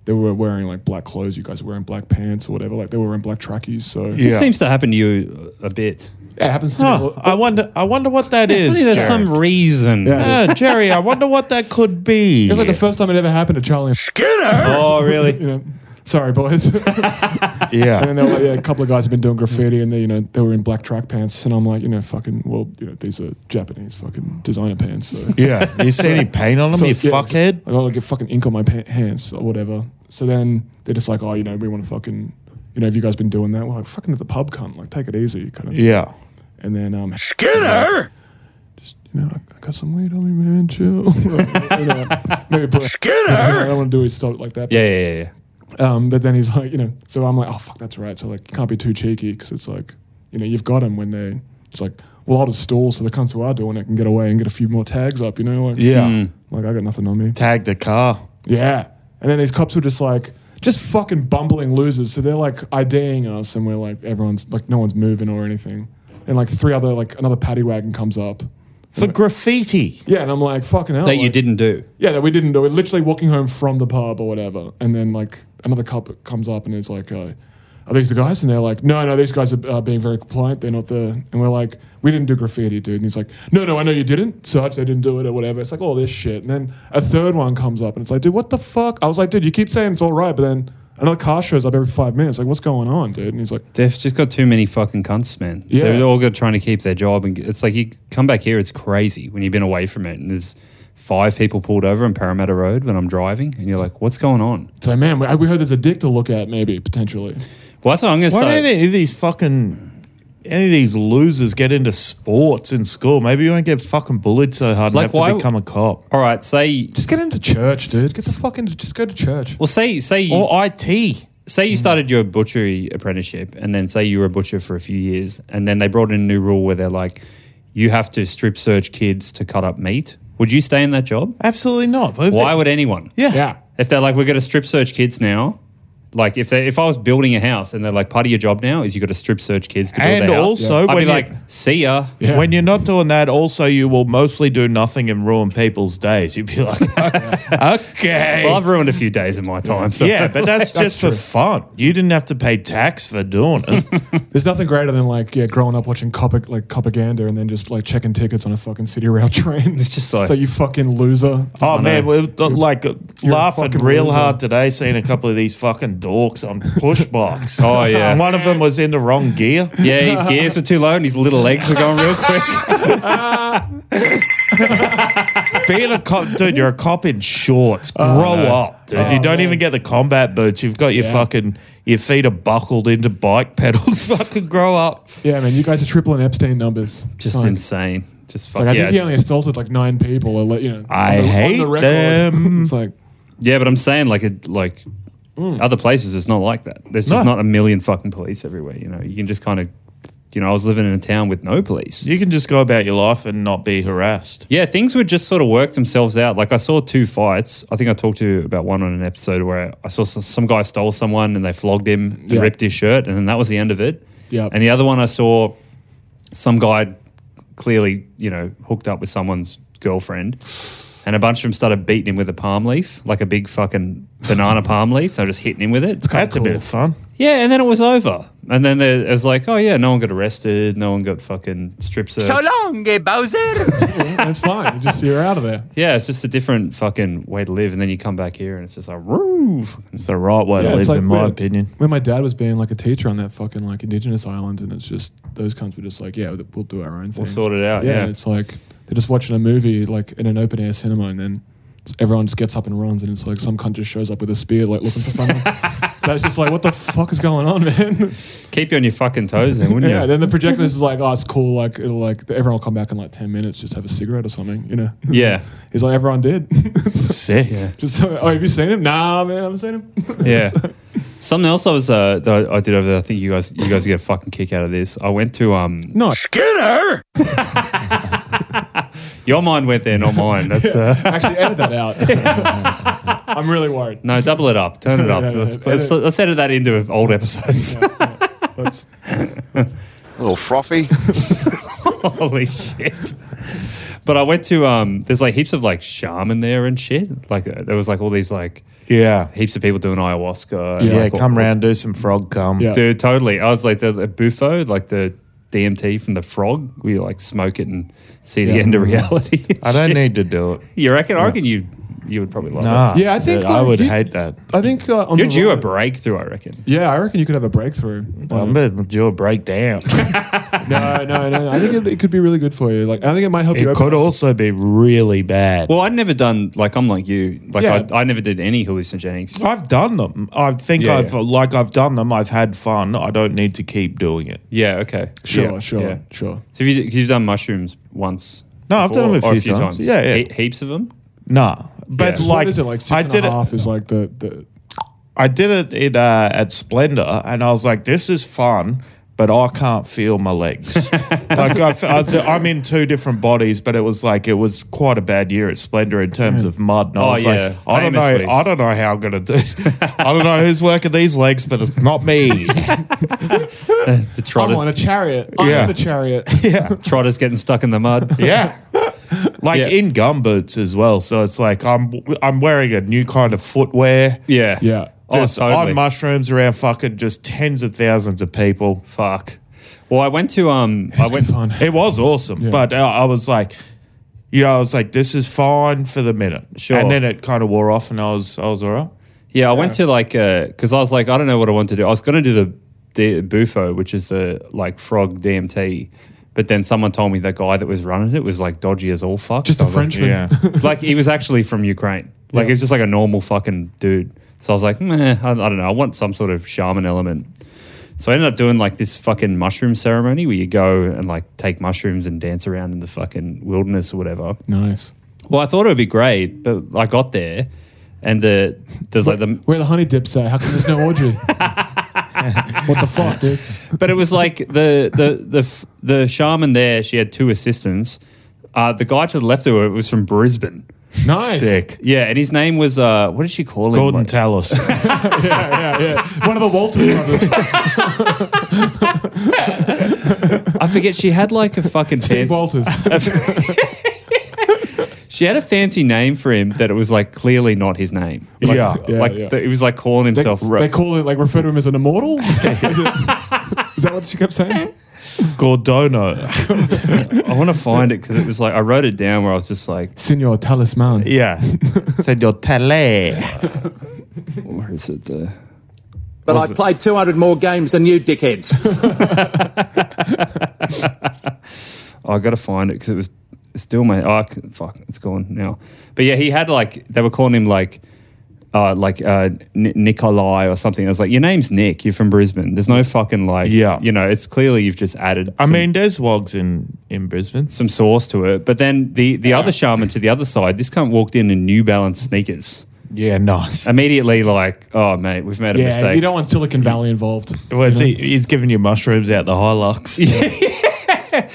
they were wearing like black clothes. You guys were wearing black pants or whatever. Like they were wearing black trackies. So
This
Yeah.
seems to happen to you a bit.
it happens to me.
Huh,
all-
I wonder. I wonder what that is.
Surely there's
Jared.
some reason.
Yeah.
Yeah, Jerry, I wonder what that could be.
It was like the first time it ever happened to Charlie.
oh, really?
You know, sorry, boys. and then
Yeah.
they were like, yeah, a couple of guys have been doing graffiti, and they, you know, they were in black track pants, and I'm like, you know, fucking, well, you know, these are Japanese fucking designer pants. So,
Yeah. You see any paint on them,
so
you
yeah,
fuckhead?
I gotta get fucking ink on my pa- hands or whatever. So then they're just like, oh, you know, we want to fucking, you know, have you guys been doing that? We're like, fucking at the pub, cunt. Like, take it easy, kind of. thing.
Yeah.
And then um, Skinner, just you know, I, I got some weight on me, man. Chill. You know, maybe put, Skinner. I don't want to do is stop like that.
Yeah, yeah, yeah. yeah.
Um, but then he's like, you know, so I'm like, oh fuck, that's right. So like, you can't be too cheeky because it's like, you know, you've got them when they. It's like, well, I'll just stall so the cunts who are doing it can get away and get a few more tags up. You know, like
Yeah.
Hmm.
like I got nothing on me.
Tagged a car.
Yeah. And then these cops were just like, just fucking bumbling losers. So they're like IDing us, and we're like, everyone's like, no one's moving or anything. And like three other like another paddy wagon comes up.
For graffiti.
Yeah, and I'm like, fucking hell.
That you
like-
didn't do.
yeah, that we didn't do. We're literally walking home from the pub or whatever, and then like another couple comes up and is like, uh, "Are these the guys?" And they're like, "No, no, these guys are uh, being very compliant. They're not the." And we're like, "We didn't do graffiti, dude." And he's like, "No, no, I know you didn't, Sarge. They didn't do it or whatever." It's like all this shit, and then a third one comes up and it's like, "Dude, what the fuck?" I was like, "Dude, you keep saying it's all right, but then." Another car shows up every five minutes. Like, what's going on, dude? And he's like,
They've just got too many fucking cunts, man.
Yeah.
They're all good trying to keep their job. And it's like you come back here, it's crazy when you've been away from it. And there's five people pulled over on Parramatta Road when I'm driving. And you're like, what's going on?
"So, man, we, we heard there's a dick to look at, maybe potentially."
Well, that's what I'm going to
Why
start.
don't any of these fucking any of these losers get into sports in school, maybe you won't get fucking bullied so hard
Like,
and have
why-
to become a cop.
All right, say
Just get into church, dude. Get the fuck into. Just go to church.
well, say say you,
Or IT.
say you started your butchery apprenticeship, and then say you were a butcher for a few years, and then they brought in a new rule where they're like, you have to strip search kids to cut up meat. Would you stay in that job?
Absolutely not. But if
Why
they-
would anyone?
Yeah.
Yeah.
If they're like, we're going to strip search kids now. Like if they, if I was building a house and they're like, part of your job now is you got to strip search kids to build
And
their house.
also
I'd
when
be
you-
like, see ya.
Yeah.
When you're not doing that, also you will mostly do nothing and ruin people's days. You'd be like, okay.
Well, I've ruined a few days of my time. So.
yeah, but that's just for fun. You didn't have to pay tax for doing it.
There's nothing greater than like yeah, growing up watching cop like propaganda and then just like checking tickets on a fucking city rail train. It's
just like-
so you fucking loser.
oh man, we're like
you're a
laughing
fucking
real
loser.
hard today seeing a couple of these fucking dorks on pushbox.
Oh, yeah.
and one of them was in the wrong gear.
Yeah, his gears were too low and his little legs were going real quick.
Being a cop, dude, you're a cop in shorts. Grow up, dude. you don't even get the combat boots. You've got your fucking your feet are buckled into bike pedals. fucking grow up.
Yeah, man, you guys are tripling Epstein numbers.
Just
Fine.
insane. Just
Like
fuck
I
yeah.
think he only assaulted like nine people. Or like, you know,
I hate them.
it's like
yeah, but I'm saying like it like other places it's not like that. There's just
No.
not a million fucking police everywhere. You know, you can just kind of, you know, I was living in a town with no police.
You can just go about your life and not be harassed.
Yeah, things would just sort of work themselves out. Like I saw two fights. I think I talked to you about one on an episode where I saw some, some guy stole someone and they flogged him and
Yeah.
ripped his shirt, and then that was the end of it.
Yeah.
And the other one I saw, some guy clearly, you know, hooked up with someone's girlfriend, and a bunch of them started beating him with a palm leaf, like a big fucking banana palm leaf. They're just hitting him with it.
That's a bit of fun.
Yeah, and then it was over. And then there, it was like, oh yeah, no one got arrested, no one got fucking strip searched.
So long, eh, Bowser.
that's fine. You just you're out of there.
Yeah, it's just a different fucking way to live, and then you come back here and it's just like, woo.
It's the right way
Yeah,
to
it's
live,
like
in my
where-
opinion.
When my dad was being like a teacher on that fucking like indigenous island, and it's just those cunts were just like, yeah, we'll do our own thing.
We'll sort it out.
yeah,
Yeah,
and it's like they're just watching a movie like in an open air cinema, and then everyone just gets up and runs, and it's like some cunt just shows up with a spear, like looking for someone. That's just like, what the fuck is going on, man?
keep you on your fucking toes, then, wouldn't
yeah.
you?
Then the projectionist is like, oh, it's cool. Like, it'll like everyone will come back in like ten minutes, just have a cigarette or something, you know?
yeah,
He's like, everyone did.
Sick. Yeah.
just oh, have you seen him? Nah, man, I haven't seen him.
yeah. Something else I was uh, that I, I did over there. I think you guys you guys get a fucking kick out of this. I went to um.
No.
Skinner. Your mind went there, not mine. That's uh,
Actually, edit that out. I'm really worried.
no. Double it up. Turn it up.
Yeah, yeah,
let's,
yeah.
let's, let's edit that into old episodes.
That's-
A little frothy.
Holy shit. But I went to um there's like heaps of like shaman there and shit. Like uh, there was like all these like
Yeah.
heaps of people doing ayahuasca. and,
Yeah,
like,
come round, do some frog cum.
Yeah.
Dude, totally. I was like the, the bufo, like the DMT from the frog. We like smoke it and see the
Yeah.
end of reality.
I don't need to do it.
You reckon? I reckon you you would probably love
Nah.
Yeah, I think,
dude, I
like,
would
you-
hate that.
I think uh, on
it. You're
the
due a
right-
breakthrough, I reckon.
Yeah, I reckon you could have a breakthrough. Um,
I'm going to do a breakdown.
no, no, no, no. I think it, it could be really good for you. Like, I think it might help you.
it
open
could also be really bad.
Well, I'd never done like I'm like you. Like
Yeah.
I, I never did any hallucinogenics.
I've done them. I think
Yeah,
I've
yeah.
like I've done them. I've had fun. I don't need to keep doing it.
Yeah, okay.
Sure,
Yeah,
sure,
yeah.
sure.
So have you, 'cause you've done mushrooms once?
No, I've done them a
or
few times. Yeah, yeah.
He- heaps of them.
Nah, but
Yeah.
like,
Like, what is it? Like six
I
and a half
did it.
is like the, the
I did it in, uh, at Splendor, and I was like, "This is fun." But I can't feel my legs. like I, fe- I, am in two different bodies, but it was like it was quite a bad year at Splendor in terms of mud. And I
Oh,
was
yeah,
like, I don't
famously.
know, I don't know how I'm gonna do. I don't know who's working these legs, but it's not me.
The
I'm
trotters,
on a chariot. I'm
Yeah.
the chariot.
yeah.
trotters getting stuck in the mud.
Yeah. Like
Yeah.
in gum boots as well. So it's like I'm I'm wearing a new kind of footwear.
yeah,
Yeah.
Oh,
Just
totally.
on mushrooms around fucking just tens of thousands of people.
Fuck. Well, I went to um, I went.
fun.
It was awesome. But uh, I, I was like, you know, I was like, this is fine for the minute.
Sure.
And then it kind of wore off and I was I was all right.
Yeah, I went to like because I was like, I don't know what I want to do. I was going to do the D- bufo, which is the like frog DMT, but then someone told me the guy that was running it was like dodgy as all fuck.
Just
So
a
I was like,
Frenchman.
Yeah.
like he was actually from Ukraine. Like
Yeah.
he was just like a normal fucking dude. So I was like, meh, I, I don't know. I want some sort of shaman element. So I ended up doing like this fucking mushroom ceremony where you go and like take mushrooms and dance around in the fucking wilderness or whatever.
Nice.
Well, I thought it would be great, but I got there and the there's like the
Where the honey dips at? How come there's no orgy? what the fuck, dude?
but it was like the the the f- the shaman there. She had two assistants. Uh, the guy to the left of her was from Brisbane.
Nice.
Sick. Yeah, and his name was uh, what did she call him?
Gordon
Like-
Talos.
Yeah, yeah. One of the Walters brothers.
I forget. She had like a fucking
Steve
fancy-
Walters.
she had a fancy name for him that it was like clearly not his name. Like,
Yeah.
Yeah,
like
yeah.
the- he was like calling
They,
himself.
they call it like refer to him as an immortal. is, it, is that what she kept saying?
Gordono.
I want to find it because it was like I wrote it down where I was just like,
Senor Talisman.
Yeah. Said your tale.
where is it? Uh,
But I played 200 more games than you, dickheads.
I got to find it because it was still my. Oh, I c- fuck, it's gone now. But yeah, he had like they were calling him like, uh, like uh, Ni- Nikolai or something. I was like, your name's Nick. You're from Brisbane. There's no fucking like.
Yeah.
you know, it's clearly you've just added.
I
some-
mean, there's wogs in, in Brisbane.
some sauce to it. But then the the other shaman to the other side, this cunt walked in in New Balance sneakers.
Yeah, nice.
Immediately, like, oh mate, we've made a
Yeah,
mistake.
you don't want Silicon Valley involved.
Well, it's, he's giving you mushrooms out the Hilux.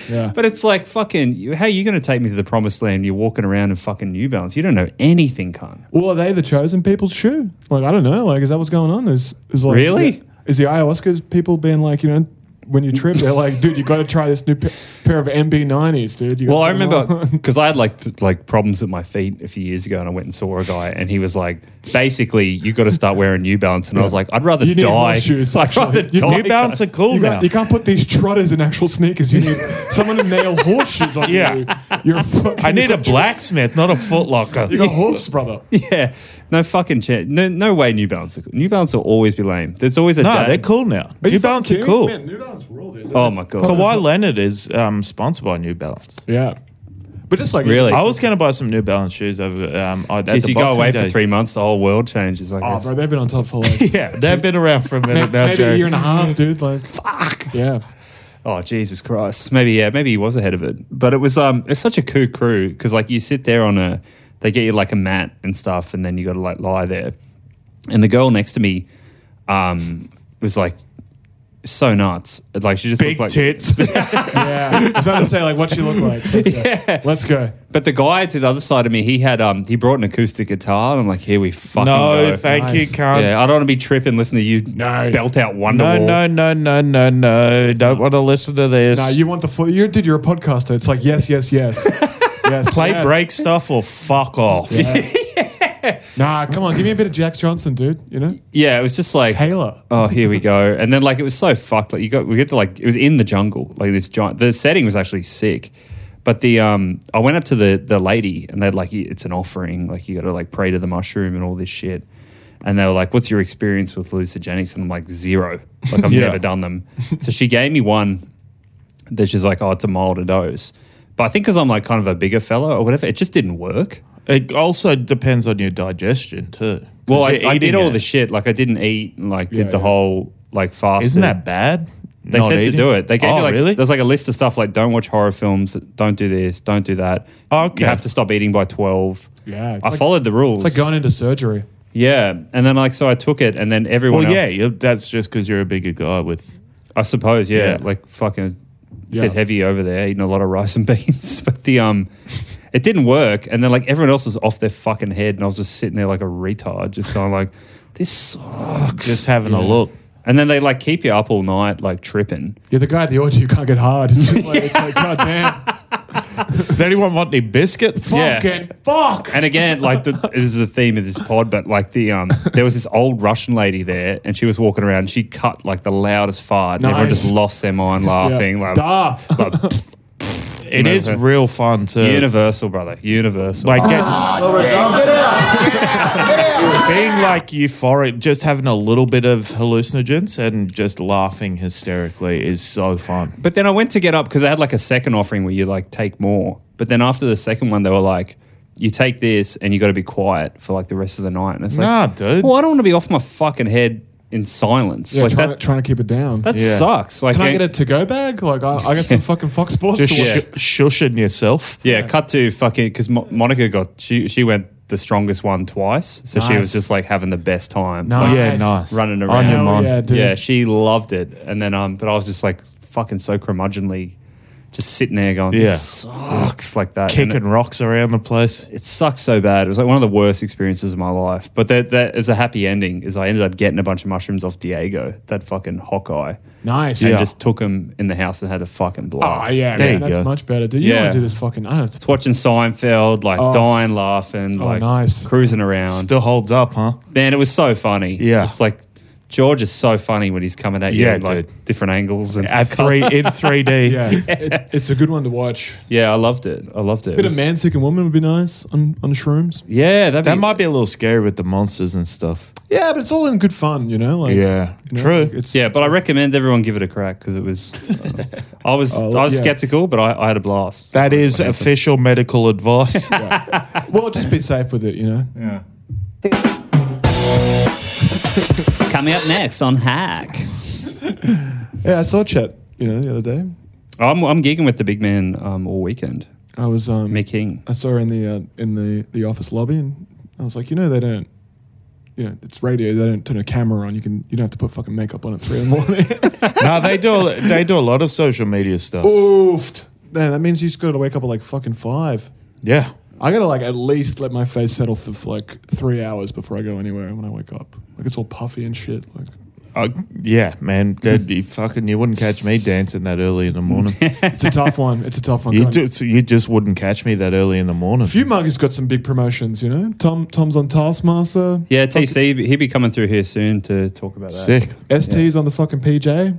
Yeah.
but it's like fucking. you- How are you going to take me to the promised land? You're walking around in fucking New Balance. You don't know anything, cunt.
Well, are they the chosen people's shoe? Like, I don't know. Like, is that what's going on? Is is like
Really?
Is the ayahuasca people being like, you know, when you trip, they're like, dude, you got to try this new pa- pair of MB90s, dude. You
Well, I
gotta try them
remember
on."
because I had like p- like problems with my feet a few years ago, and I went and saw a guy, and he was like, basically, you got to start wearing New Balance, and I was like, I'd rather
You need more
die.
shoes,
I'd rather
actually. You-
die.
New Balance are cool
you,
now.
got, you can't put these trotters in actual sneakers. You need someone to nail horseshoes on
Yeah.
you. You're a fucking.
I need a blacksmith, not a footlocker.
You got hoofs, brother.
yeah, no fucking chance. No, no way. New Balance. Are cool. New Balance will always be lame. There's always a
no,
dad-
they're cool now.
Are
New
you fucking
Balance are
kidding me?
cool.
Man, New Balance rule, dude.
Oh my god.
Kawhi Leonard is um, sponsored by New Balance.
Yeah. But just like oh,
Really?
I was going to buy some New Balance shoes over. Um, I- at
If
the
you go
Boxing
away
Day.
for three months, the whole world changes. I
Oh,
guess.
bro, they've been on top for like
Yeah, they've been around for a minute now,
maybe a
Jerry.
year and a half, dude. Like, fuck. Yeah.
Oh Jesus Christ! Maybe yeah, maybe he was ahead of it. But it was um, it's such a coup crew because like you sit there on a, they get you like a mat and stuff, and then you got to like lie there. And the girl next to me, um, was like so nuts. Like she just
Big
looked like
tits.
Yeah, I was about to say like what she looked like. Let's go. Let's go.
But the guy to the other side of me, he had um, he brought an acoustic guitar, and I'm like, here we fucking
no,
go.
thank you,
Nice.
can't.
yeah, I don't want to be tripping listening to you
No.
belt out
No,
Wonderwall.
no, no, no, no, no. Don't want to listen to this.
Now you want the full? You did your podcaster. It's like yes, yes, yes, yes.
play
yes.
break stuff or fuck off.
Nah, come on, give me a bit of Jax Johnson, dude. You know
Yeah, it was just like
Taylor.
oh, here we go. And then like it was so fucked. Like you got we get to like it was in the jungle. Like this giant. The setting was actually sick. But the um, I went up to the the lady and they're like, it's an offering. Like you got to like pray to the mushroom and all this shit. And they were like, what's your experience with hallucinogens? And I'm like, zero. Like I've never done them. So she gave me one that she's like, oh, it's a milder dose. But I think because I'm like kind of a bigger fella or whatever, it just didn't work.
It also depends on your digestion too. 'Cause
Well, I,
you're
I did
eating
all
it.
the shit. Like I didn't eat and like did
Yeah,
the
yeah.
whole like fast.
Isn't that bad?
They said to do it. They gave
oh,
you like
really?
there's like a list of stuff like don't watch horror films, don't do this, don't do that.
Oh, Okay.
You have to stop eating by twelve.
Yeah, it's
I
like-
followed the rules.
It's like going into surgery.
yeah, and then like so I took it, and then everyone.
well,
else,
yeah, you that's just because you're a bigger guy with.
I suppose.
Yeah.
Yeah, like fucking
Yeah.
bit heavy over there, eating a lot of rice and beans. But the um, it didn't work, and then like everyone else was off their fucking head, and I was just sitting there like a retard, just going like, this sucks.
Just having a look.
and then they like keep you up all night, like tripping.
You're the guy at the orgy who can't get hard. Like, It's like god damn,
Does anyone want any biscuits?
Yeah.
fucking fuck.
And again, like the, this is the theme of this pod, but like the um, there was this old Russian lady there, and she was walking around. And she cut like the loudest fart, and everyone
Nice.
just lost their mind
Yeah.
laughing. Like,
Duh.
like,
It is real fun too.
universal, brother, universal.
like get, being like euphoric, just having a little bit of hallucinogens and just laughing hysterically is so fun.
but then I went to get up because I had like a second offering where you like take more. But then after the second one, they were like, "You take this, and you got to be quiet for like the rest of the night." And it's like,
Nah, dude.
Well, I don't want to be off my fucking head. in silence.
Yeah,
like
trying,
that,
to, trying to keep it down.
that
Yeah.
sucks. Like,
Can I
and-
get a to-go bag? Like I, I got some fucking Fox Sports.
Just
to watch.
shu- shushing yourself.
yeah, cut to fucking because Mo- Monica got she she went the strongest one twice, so she
Nice.
was just like having the best time.
Oh,
Like,
yeah, nice.
running
On
around.
your mom.
yeah, dude.
Yeah, she loved it. And then um, but I was just like fucking so curmudgeonly, just sitting there going,
Yeah.
"This sucks," like that. And
Kicking rocks around the place.
it sucks so bad. It was like one of the worst experiences of my life. But that that is a happy ending. Is I ended up getting a bunch of mushrooms off Diego, that fucking Hawkeye,
Nice.
and
Yeah.
just took him in the house and had a fucking
Ah,
blast.
yeah,
There
man,
you go.
that's much better, dude. You
Yeah.
want to do this fucking? I don't.
It's watching Seinfeld, like dying laughing, like
nice.
cruising around.
Oh. Still holds up, huh?
Man, it was so funny.
Yeah.
it's like. George is so funny when he's coming at you
Yeah,
at like
dude.
different angles and
At three in three D.
Yeah, It, it's a good one to watch.
yeah, I loved it. I loved it. It
bit
was-
of man seeking woman would be nice on on shrooms.
Yeah, that'd
That
be-
might be a little scary with the monsters and stuff.
Yeah, but it's all in good fun, you know. Like,
Yeah.
you know,
True.
like, It's
Yeah, but I recommend everyone give it a crack because it was. uh, I was I was
yeah.
skeptical, but I, I had a blast.
Oh, That is
Whatever.
official medical advice.
well, just be safe with it, you know.
Coming up next on Hack.
Yeah, I saw Chet, you know, the other day.
I'm, I'm gigging with the big man um, all weekend,
I was um,
Mick King.
I saw her in the uh, in the the office lobby, and I was like, you know, they don't. You know, it's radio. They don't turn a camera on. You can. You don't have to put fucking makeup on at three in the morning.
no, they do. They do a lot of social media stuff.
Oofed. Man, that means you just got to wake up at like fucking five.
Yeah,
I gotta like at least let my face settle for like three hours before I go anywhere when I wake up. Like it's all puffy and shit. Like
Uh, yeah, man. That'd be fucking. You wouldn't catch me dancing that early in the morning.
it's a tough one. It's a tough one.
you
Go on.
just you just wouldn't catch me that early in the morning.
Fumugger's got some big promotions, you know. Tom Tom's on Taskmaster.
Yeah, TC, he'll be coming through here soon to talk about that.
Sick.
ST's on the fucking PJ.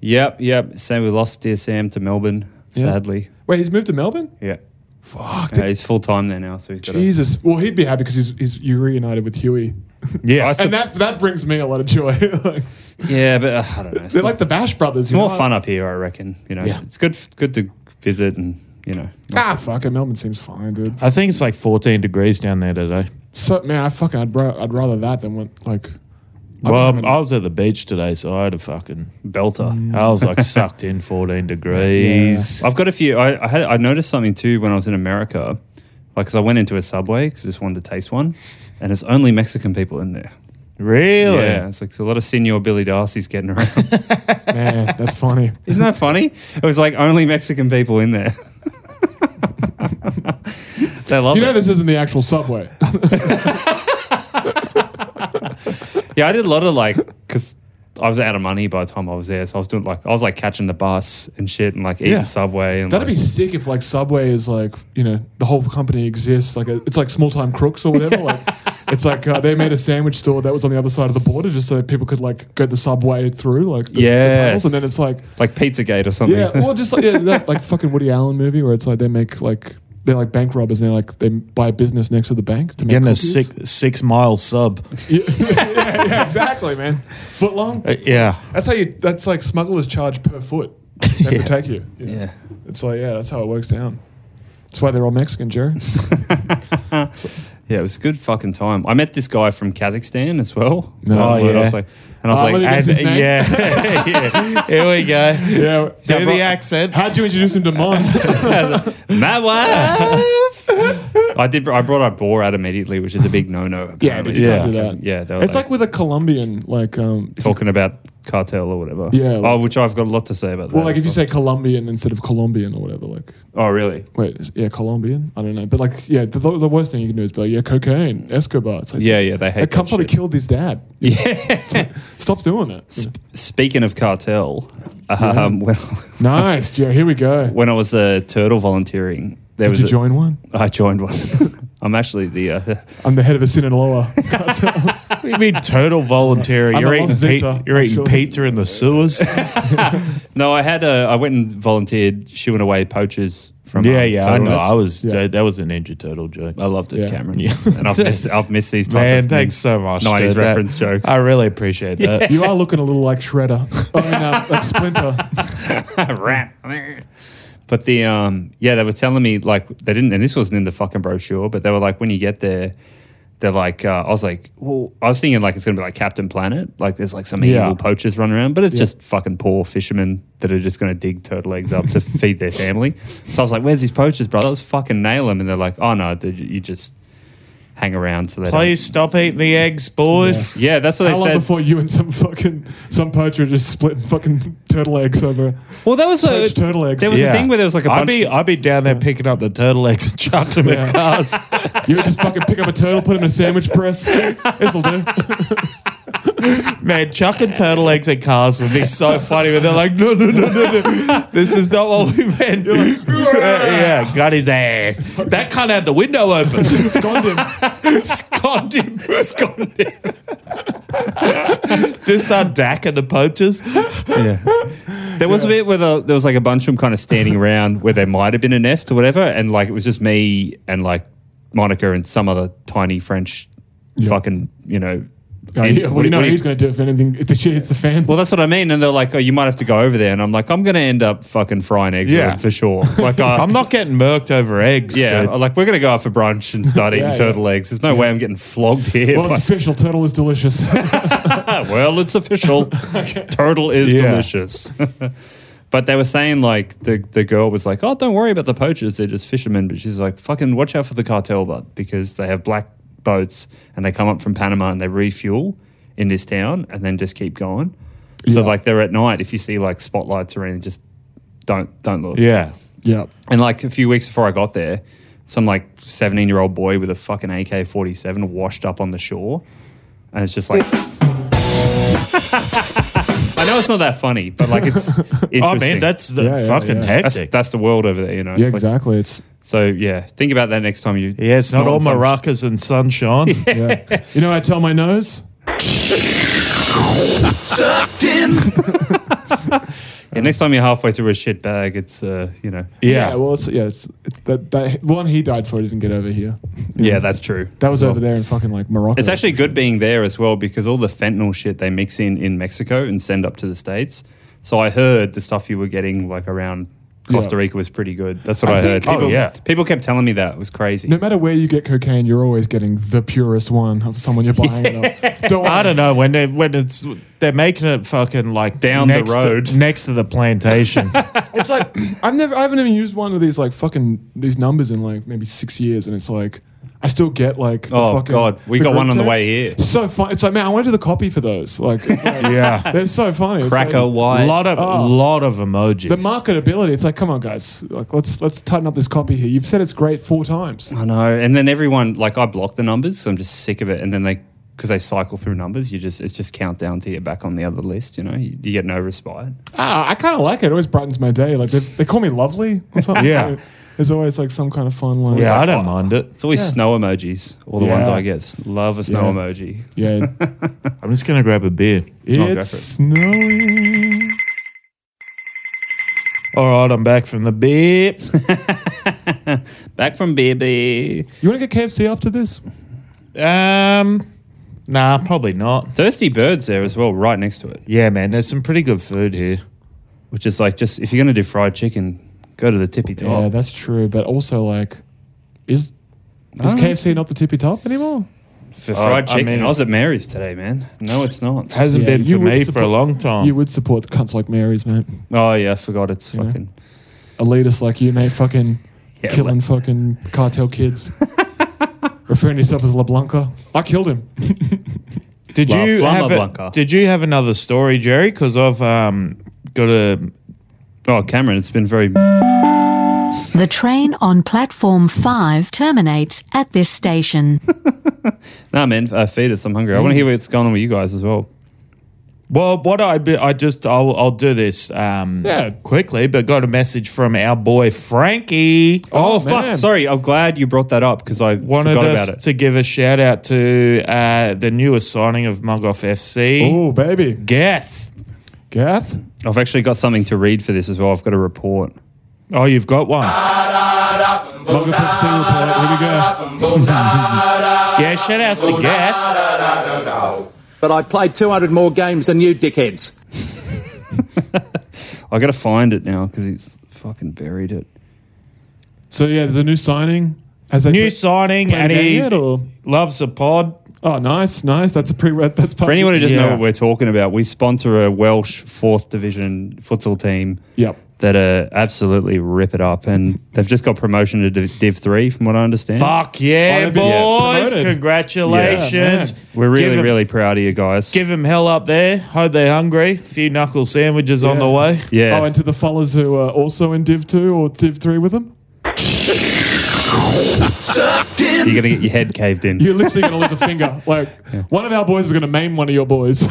Yep, yep. Sam, we lost dear Sam to Melbourne,
Yeah.
sadly.
Wait, he's moved to Melbourne.
Yeah.
Fuck.
Yeah,
that-
he's full time there now, so he's got a,
Jesus. Well, he'd be happy because he's he's you reunited with Huey.
Yeah, I
And that that brings me a lot of joy. like,
Yeah, but uh, I don't know. It's,
they're
more,
like the Bash Brothers.
it's
you
more
know?
fun up here, I reckon. You know,
Yeah.
it's good good to visit and, you know.
Ah, fuck it. Melbourne seems fine, dude.
I think it's like 14 degrees down there today.
So man, I fucking I'd, ra- I'd rather that than what like. I
Well,
mean-
I was at the beach today, so I had a fucking.
Belter. Uh,
I was like sucked in 14 degrees.
I've got a few. I I, had, I noticed something too when I was in America, like because I went into a subway because I just wanted to taste one, and it's only Mexican people in there.
Really?
Yeah, it's like so a lot of Senor Billy Darcy's getting around.
Man, that's funny.
Isn't that funny? It was like only Mexican people in there. they love
You know
it.
this isn't the actual subway.
Yeah, I did a lot of like because I was out of money by the time I was there, so I was doing like I was like catching the bus and shit, and like eating
Yeah.
Subway. And
That'd
like-
be sick if like Subway is like you know the whole company exists like a, it's like small time crooks or whatever. Like it's like uh, they made a sandwich store that was on the other side of the border just so that people could like go the subway through like the, the
Yes.
tunnels and then it's like
like Pizzagate or something.
yeah well just like yeah, that like fucking Woody Allen movie where it's like they make like they're like bank robbers and they're like they buy a business next to the bank to make
Getting a
cookies.
six six mile sub.
yeah, yeah, yeah, exactly man foot long
Uh, yeah.
that's how you that's like smugglers charge per foot they have to take you, you know?
yeah.
It's like, yeah, that's how it works down. That's why they're all Mexican, Jerry.
Yeah, it was a good fucking time. I met this guy from Kazakhstan as well.
No.
Oh,
Um, and I
yeah.
was like, and I was
Oh,
like,
let me
And,
Guess his name?
Uh, yeah. yeah. Here we go.
yeah.
Do the accent.
How'd you introduce him to Mon?
my wife. I did. I brought up Borat immediately, which is a big no-no. Apparently.
yeah. can't do
that.
yeah. They were
it's
like,
like with a Colombian, like, um, if you-
talking about cartel or whatever.
Yeah, like-
oh, which I've got a lot to say about.
well,
that
like if you
as
say Colombian instead of Colombian or whatever, like,
well. oh, really?
wait, is- yeah, Colombian? I don't know. But like, yeah, the, the worst thing you can do is be like, yeah, cocaine, Escobar. It's like,
Yeah, yeah. They hate.
That
That
cunt probably
shit.
killed his dad.
Yeah.
Stop doing it.
Speaking of cartel, um, when,
nice, Jerry. Here we go.
when I was uh, turtle volunteering, there
Did
was
you
a-
join one?
I joined one. I'm actually the uh,
I'm the head of a Sinaloa.
What do you mean turtle volunteering?
I'm
You're
a
eating,
lost
pe-
zipper,
you're eating
actually.
pizza in the sewers.
No, I had a. I went and volunteered shooing away poachers from.
yeah,
um,
yeah. I know.
Tottenham.
I was.
Yeah.
That was a Ninja Turtle joke.
I loved it,
Yeah.
Cameron.
Yeah.
and I've missed. I've missed these. Type
Man,
of
thanks
things.
so much.
90s
dude. That-
reference jokes.
I really appreciate that.
you are looking a little like Shredder. I mean, uh, like Splinter.
Rat. But the um, yeah, they were telling me like they didn't, and this wasn't in the fucking brochure, but they were like, when you get there, They're like, uh, I was like, well, I was thinking like it's gonna be like Captain Planet, like there's like some
Yeah.
evil poachers running around, but it's just fucking poor fishermen that are just gonna dig turtle eggs up to feed their family. So I was like, where's these poachers, brother? Let's fucking nail them. And they're like, oh no, dude, you just hang around so they don't-
Please stop eating the eggs, boys.
Yeah, that's what
How long
they said.
before you and some fucking some poacher just split fucking turtle eggs over?
Well, that was a
Poached turtle eggs.
There was a thing where there was like a
I'd
bunch.
be I'd be down there picking up the turtle eggs and chucking them at cars.
You would just fucking pick up a turtle, put him in a sandwich press. This'll do.
Man, chucking turtle eggs at cars would be so funny, but they're like, no, no, no, no, no. This is not what we meant. yeah, got his ass. That cunt had the window open. Sconed him. Sconed him. Sconed him. Just start dacking the poachers.
There was a bit where the, there was like a bunch of them kind of standing around where there might have been a nest or whatever, and like it was just me and like Monica and some other tiny French fucking you know.
Oh,
and-
yeah, well, you know what he's going to do if anything, if the shit hits the fan.
well, that's what I mean, and they're like, "Oh, you might have to go over there," and I'm like, "I'm going to end up fucking frying eggs
Yeah.
with it for sure." Like, I,
I'm not getting murked over eggs.
Yeah,
dude.
like we're going to go out for brunch and start eating
Yeah,
turtle eggs. There's no way I'm getting flogged here.
well,
by-
it's official. Turtle is delicious.
well, it's official. Turtle is
Yeah.
delicious. but they were saying like the the girl was like, "Oh, don't worry about the poachers; they're just fishermen." But she's like, "Fucking watch out for the cartel, bud, because they have black boats and they come up from Panama and they refuel in this town and then just keep going." So
Yeah.
like they're at night. If you see like spotlights or anything, just don't don't look.
Yeah.
yeah.
And like a few weeks before I got there, some like 17 year old boy with a fucking AK 47 washed up on the shore. And it's just like. I know it's not that funny, but like it's interesting.
Oh, man, that's the
Yeah, yeah,
fucking
yeah.
hectic.
That's, that's the world over there, you know?
Yeah,
Like,
exactly. It's
so, yeah, think about that next time you.
yeah, it's not all
on some-
maracas and sunshine.
yeah. you know what I tell my nose.
Yeah, next time you're halfway through a shit bag, it's, uh, you know.
Yeah.
well, it's yeah. It's, it's that that one he died for didn't get over here.
Yeah, that's true.
That was over there in fucking like Morocco.
It's actually good being there as well because all the fentanyl shit they mix in in Mexico and send up to the states. So I heard the stuff you were getting like around Costa
Yeah.
Rica was pretty good. That's what I,
I
heard.
think-
People,
Oh, yeah.
people kept telling me that it was crazy.
No matter where you get cocaine, you're always getting the purest one of someone you're buying it of. Don't
I
worry.
don't know when they when it's they're making it fucking like
Down the
next to-
road.
next to the plantation.
It's like I've never, I haven't even used one of these like fucking these numbers in like maybe six years, and it's like I still get like the
Oh,
fucking,
God. We
the
got
group
one on the
text.
way here.
So fun. It's like man, I went to the copy for those. Like, it's like-
yeah,
they're so funny. It's
Cracker
like,
a
white.
lot of
Oh.
lot of emojis.
the marketability. It's like come on, guys. Like let's let's tighten up this copy here. You've said it's great four times.
I know. And then everyone like I block the numbers, so I'm just sick of it. And then they because they cycle through numbers, you just it's just countdown to you back on the other list. You know, you, you get no respite.
Ah, I kind of like it. It always brightens my day. Like they, they call me lovely or something.
Yeah.
There's always like some kind of fun line.
yeah, I don't mind it.
It's always snow emojis. All the ones
Yeah.
I get S- love a snow
Yeah.
emoji.
Yeah.
I'm just gonna grab a beer.
it's snowing.
All right, I'm back from the beer.
Back from BB.
You want to get KFC after this?
um, nah, probably not.
Thirsty Bird's there as well, right next to it.
Yeah, man, there's some pretty good food here.
which is like just if you're gonna do fried chicken, go to the tippy top.
Yeah, that's true. But also, like, is is
don't know.
KFC not the tippy top anymore?
for fried
I
chicken, I,
mean-
was at Mary's today, man. No, it's not.
Hasn't
Yeah,
been
you
for
would
me for a
support-
long time.
You would support cunts like Mary's, mate.
oh yeah, I forgot. It's
know?
fucking
Elitists like you, mate. Fucking
Yeah,
killing fucking cartel kids. Referring to yourself as LeBlanca. I killed him.
Did
La
you
Flama
have a-
Blanca.
Did you have another story, Jerry? Because I've um got a
oh Cameron, it's been very
The train on platform 5 terminates at this station.
nah man. Uh, feed us. I'm hungry. I want to hear what's going on with you guys as well.
Well, what I be- I just I'll, I'll do this um,
Yeah.
quickly, but got a message from our boy Frankie.
Oh, fuck!
man.
Sorry, I'm glad you brought that up because I
wanted
forgot
us
about it.
to give a shout out to uh, the newest signing of Mug Off FC,
oh, baby.
Geth.
Gath?
I've actually got something to read for this as well. I've got a report.
Oh, you've got one.
Mugger FC report. Here we go.
Yeah, shout outs to Geth.
But I played 200 more games than you dickheads.
I got to find it now because he's fucking buried it.
So, yeah, there's a new signing. Has they
New
put-
signing,
played
and
a game
he
yet, or-
Loves the pod.
Oh, nice, nice. That's a pre read. That's part
For anyone who doesn't know
Yeah.
what we're talking about, we sponsor a Welsh fourth division futsal team
Yep.
that uh, absolutely rip it up, and they've just got promotion to Div Div Three, from what I understand.
Fuck yeah,
they've been
boys.
promoted.
Congratulations.
Yeah, man.
We're really,
Give 'em-
really proud of you guys.
Give them hell up there. Hope they're hungry. Few knuckle sandwiches on
Yeah.
the way.
yeah,
Oh, and to the fellas who are also in Div 2 or Div 3 with them,
you're gonna get your head caved in.
you're literally going to lose a finger. Like, one of our boys is going to maim one of your boys.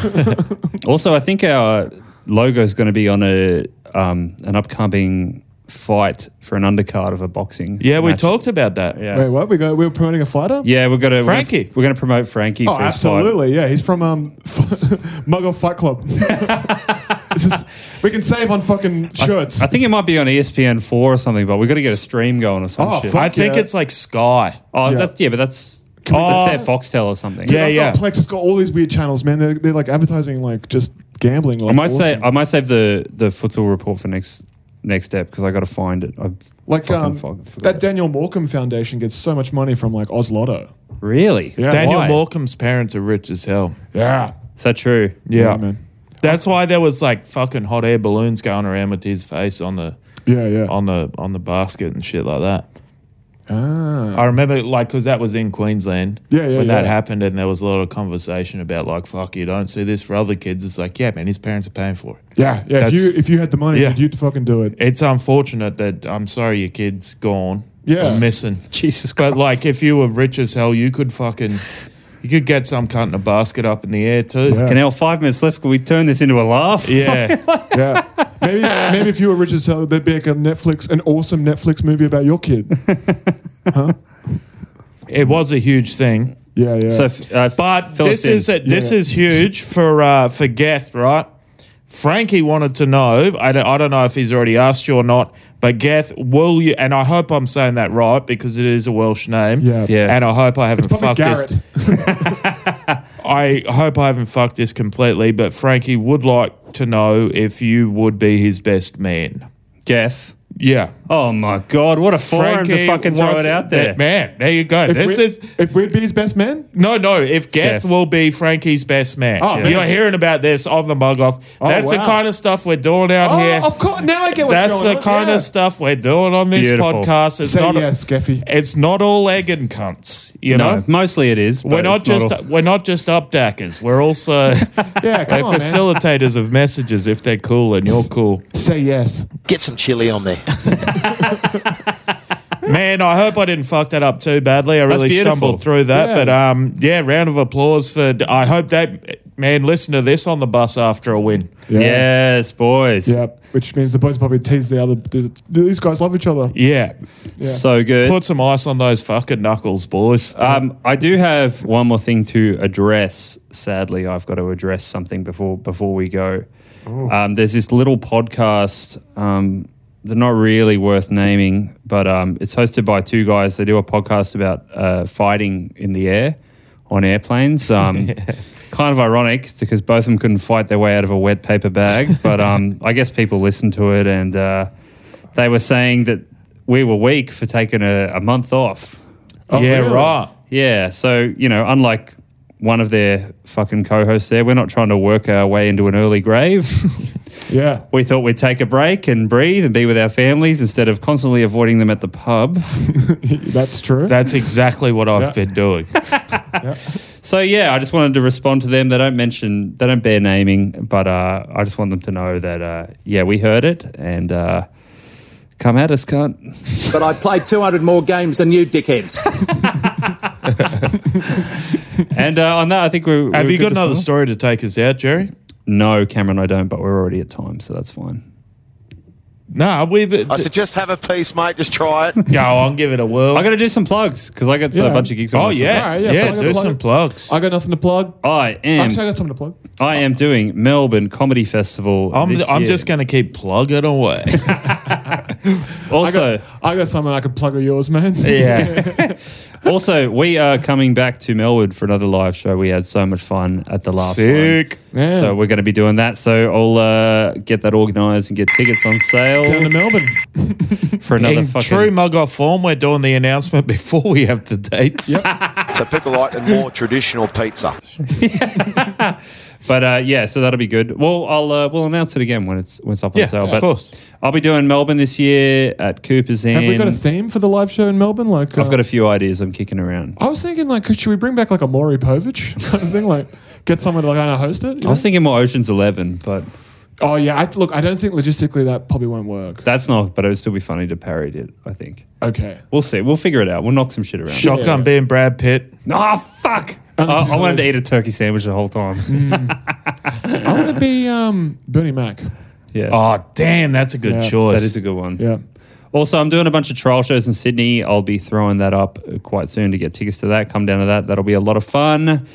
Also, I think our logo is going to be on a um, an upcoming fight for an undercard of a boxing.
Yeah, we
match.
talked about that.
Yeah,
Wait, what? We go, we were promoting a fighter?
yeah, we're gonna We're
Frankie.
gonna, promote Frankie.
Oh,
for his fight.
absolutely. Yeah, he's from um, Mug Off Fight Club. This is- we can save on fucking shirts.
I think it might be on E ESPN four or something, but we got to get a stream going or some
Oh,
shit.
fuck.
I think
yeah.
it's like Sky.
Oh,
Yeah.
that's yeah, but that's
we- Oh.
that's their Foxtel or something.
Yeah,
I've
yeah.
Got Plex has got all these weird channels, man. They're, they're like advertising, like just gambling. Like,
I might say
awesome.
I might save the the futsal report for next next step because I got to find it. I'm
like
fucking
um,
fucking forgot.
that Daniel Morecambe Foundation gets so much money from like Oz Lotto.
really? Yeah.
Daniel
Why?
Morecambe's parents are rich as hell.
Yeah,
Is that true?
yeah, man.
That's why there was like fucking hot air balloons going around with his face on the
Yeah, yeah.
on the on the basket and shit like that.
ah.
I remember like because that was in Queensland.
Yeah, yeah,
When that
yeah.
happened, and there was a lot of conversation about like, fuck, you don't see this for other kids. It's like, yeah, man, his parents are paying for it.
Yeah, yeah. If
That's-
you if you had the money,
Yeah.
you'd fucking do it.
It's unfortunate that I'm sorry your kid's gone.
Yeah.
or missing.
Jesus
But
Christ.
like, if you were rich as hell, you could fucking, you could get some cunt in a basket up in the air too.
Yeah.
Can our five minutes left? Can we turn this into a laugh?
Yeah.
Yeah. maybe maybe if you were rich as hell, there'd be like a Netflix, an awesome Netflix movie about your kid.
it was a huge thing.
Yeah, yeah.
So, f- uh,
But
fill
this
us in.
is a, this
Yeah.
is huge for uh, for Geth, right? Frankie wanted to know. I don't, I don't know if he's already asked you or not, but Geth, will you? And I hope I'm saying that right because it is a Welsh name.
Yeah.
Yeah.
And I hope I haven't
Probably
fucked
Garrett.
this. I hope I haven't fucked this completely, but Frankie would like to know if you would be his best man.
Geff.
Yeah.
Oh my God! What a forum to fucking throw
wants-
it out there.
that- man, there you go.
If,
this
we,
is
if we'd be his best man,
No, no. If Geth
Geth.
will be Frankie's best man,
Oh,
you're
man. Oh,
hearing about this on the mug off. That's the
wow.
kind of stuff we're doing out
oh,
here.
of course. Now I get what's
That's
going
the
on.
kind
yeah.
of stuff we're doing on this
Beautiful.
podcast. It's
Say
not.
yes, Geffy.
It's not all egg and cunts. You
no,
know.
mostly it is. but
We're not
it's not
just
all-
we're not just updackers. We're also
Yeah, come
we're
on, man.
facilitators of messages if they're cool and you're cool.
Say yes.
Get some chili on there.
Man, I hope I didn't fuck that up too badly. I really
beautiful.
stumbled through that.
Yeah.
But um, yeah, round of applause for. I hope that man listen to this on the bus after a win.
Yes, boys.
Yeah, which means the boys probably tease the other. The, these guys love each other.
Yeah,
So good.
put some ice on those fucking knuckles, boys.
Um, I do have one more thing to address. Sadly, I've got to address something before before we go. Um, there's this little podcast. Um, they're not really worth naming, but um, it's hosted by two guys. They do a podcast about uh, fighting in the air on airplanes. Um, Kind of ironic because both of them couldn't fight their way out of a wet paper bag, but um, I guess people listen to it and uh, they were saying that we were weak for taking a, a month off.
yeah,
really?
right.
Yeah. So, you know, unlike one of their fucking co hosts there, we're not trying to work our way into an early grave.
Yeah.
we thought we'd take a break and breathe and be with our families instead of constantly avoiding them at the pub.
That's true.
That's exactly what I've been doing.
So, yeah, I just wanted to respond to them. They don't mention, they don't bear naming, but uh, I just want them to know that, uh, yeah, we heard it and uh, come at us, cunt.
But I played 200 more games than you, dickheads.
And uh, on that, I think we
Have
we
you got
good to
another
sign off.
story to take us out, Jerry?
No, Cameron, I don't, but we're already at time, so that's fine.
No, we've.
I said, just have a piece, mate. Just try it.
go on, give it a whirl.
I got to do some plugs because I got
Yeah.
a bunch of gigs. on
oh
my
yeah,
All right,
yeah.
yeah, plug it,
do
plug
some
it.
plugs.
I got nothing to plug.
I am.
Actually, I got something to plug.
I am doing Melbourne Comedy Festival.
I'm,
this
I'm
year.
just going to keep plugging away.
also
I got something I could plug of yours, man.
yeah.
also we are coming back to Melbourne for another live show. We had so much fun at the last
Sick.
one.
Yeah.
So we're going to be doing that. So I'll uh, get that organised and get tickets on
Down to
sale
Melbourne.
for another
In
fucking.
true mug off form, we're doing the announcement before we have the dates.
So people like the more traditional pizza.
But uh, yeah, so that'll be good. Well, I'll uh, we'll announce it again when it's when it's up on
Yeah,
sale.
of
but
course.
I'll be doing Melbourne this year at Cooper's Inn.
Have we got a theme for the live show in Melbourne? Like, uh,
I've got a few ideas I'm kicking around.
I was thinking, like, should we bring back like a Maury Povich kind of thing? Like, get someone to like kind of host it. you
I was
know?
thinking more Ocean's Eleven, but
oh yeah, I, look, I don't think logistically that probably won't work.
that's not. But it would still be funny to parody it. I think
Okay.
we'll see. We'll figure it out. We'll knock some shit around.
Shotgun
Yeah.
being Brad Pitt.
Oh fuck! I,
And
I wanted to eat
always-
a turkey sandwich the whole time.
Mm. I want to be um, Bernie Mac.
yeah,
Oh, damn, that's a good
Yeah,
that
choice.
is a good one.
Yeah.
Also, I'm doing a bunch of trial shows in Sydney. I'll be throwing that up quite soon to get tickets to that. Come down to that. That'll be a lot of fun.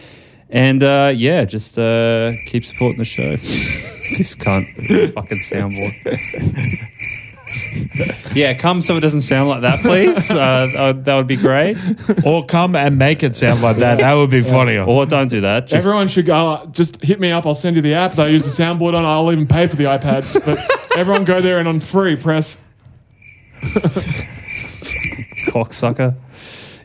And uh, yeah, just uh, keep supporting the show. this cunt. Fucking soundboard. yeah, come so it doesn't sound like that, please. Uh, uh, that would be great.
or come and make it sound like that. That would be funnier.
Or don't do that. Just,
Everyone should go. uh, just hit me up. I'll send you the app that I use the soundboard on. I'll even pay for the iPads. But everyone go there and on free press.
cocksucker.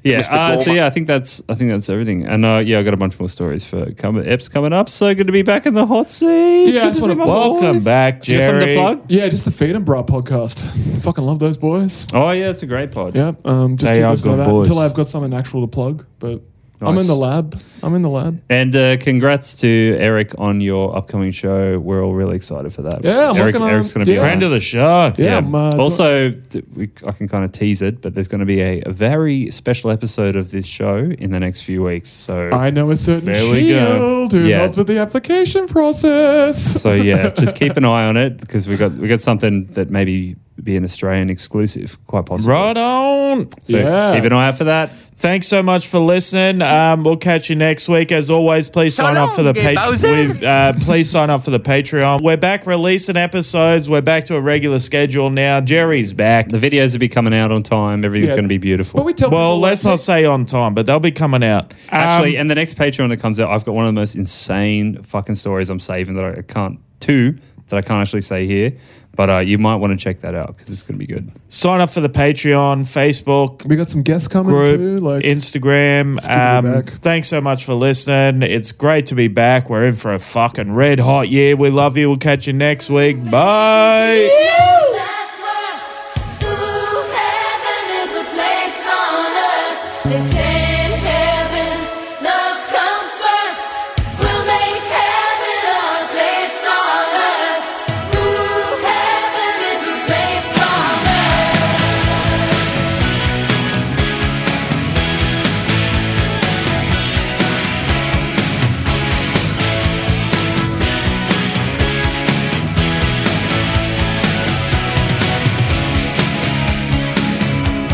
Yeah.
Mr.
Uh, so
Gorman.
yeah, I think that's I think that's everything. And uh, yeah, I got a bunch more stories for coming Eps coming up. So good to be back in the hot seat.
Yeah, I
Good
just
to
wanna
see my
welcome
boys.
back,
Give them
Jerry.
the plug.
Yeah, just the Feed and Bra podcast. Fucking love those boys.
Oh yeah, it's a great pod.
Yeah, um, just
They
keep
are
listening to
good
that
boys.
until I've got something actual to plug. But I'm
Nice.
in the lab. I'm in the lab.
And uh, congrats to Eric on your upcoming show. We're all really excited for that.
Yeah, I'm
Eric,
working on-
Eric's going to be
yeah.
on.
Friend of the show.
Yeah, I'm, uh,
also, th- we, I can kind of tease it, but there's going to be a, a very special episode of this show in the next few weeks. So,
I know a certain
There we go.
shield who
Yeah.
helped with the application process.
so yeah, just keep an eye on it because we got we got something that maybe be an Australian exclusive, quite possibly.
Right on.
So
Yeah.
Keep an eye out for that.
Thanks so much for listening. Um, we'll catch you next week. As always, please sign up for the
long, Gabowser.
Patreon. Uh, please sign up for the Patreon. We're back releasing episodes. We're back to a regular schedule now. Jerry's back.
The videos will be coming out on time. Everything's
Yeah.
going to be beautiful.
But we tell
Well,
people,
let's
like,
not say on time, but they'll be coming out.
Actually,
Um,
and the next Patreon that comes out, I've got one of the most insane fucking stories I'm saving that I can't, two that I can't actually say here. But uh, you might want to check that out because it's going to be good.
sign up for the Patreon, Facebook,
we got some guests coming too.
group,
Like
Instagram.
good to be
Um,
back.
thanks so much for listening. It's great to be back. We're in for a fucking red hot year. We love you. We'll catch you next week. Bye.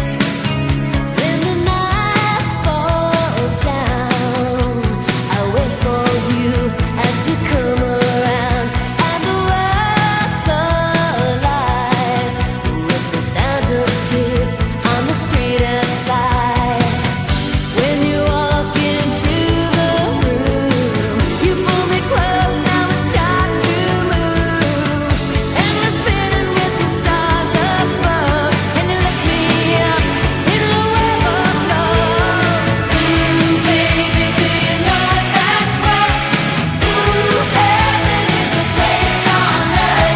When the night falls down, I wait for you and to come around, and the world's alive with the sound of kids on the street outside. When you walk into the room, you pull me close. Now it's time to move, and we're spinning with the stars above, and you lift me up into a web of love. Ooh, baby, do you know that's right? Ooh, heaven is a place on earth. They say in heaven, love comes first. We'll make heaven a place on earth. Ooh, heaven is a place on earth. When I feel alone, I reach for you and you bring me home. When I'm lost at sea, I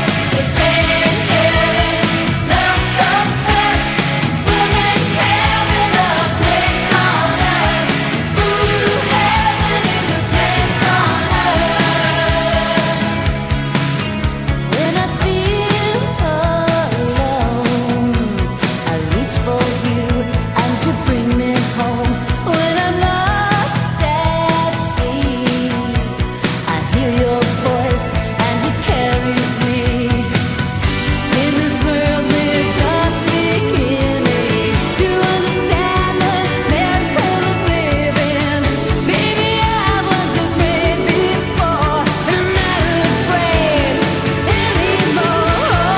hear your voice and it carries me. In this world we're just beginning to understand the miracle of living. Maybe I was afraid before, and I'm not afraid anymore. Baby,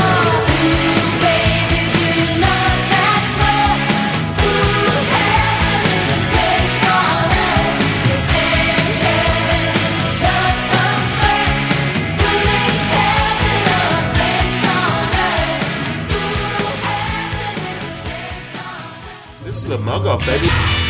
do you know that's where heaven is a place on earth? It's in heaven, love comes first. We'll make heaven a place on earth. heaven is a place on
This is the mug off,
earth.
baby.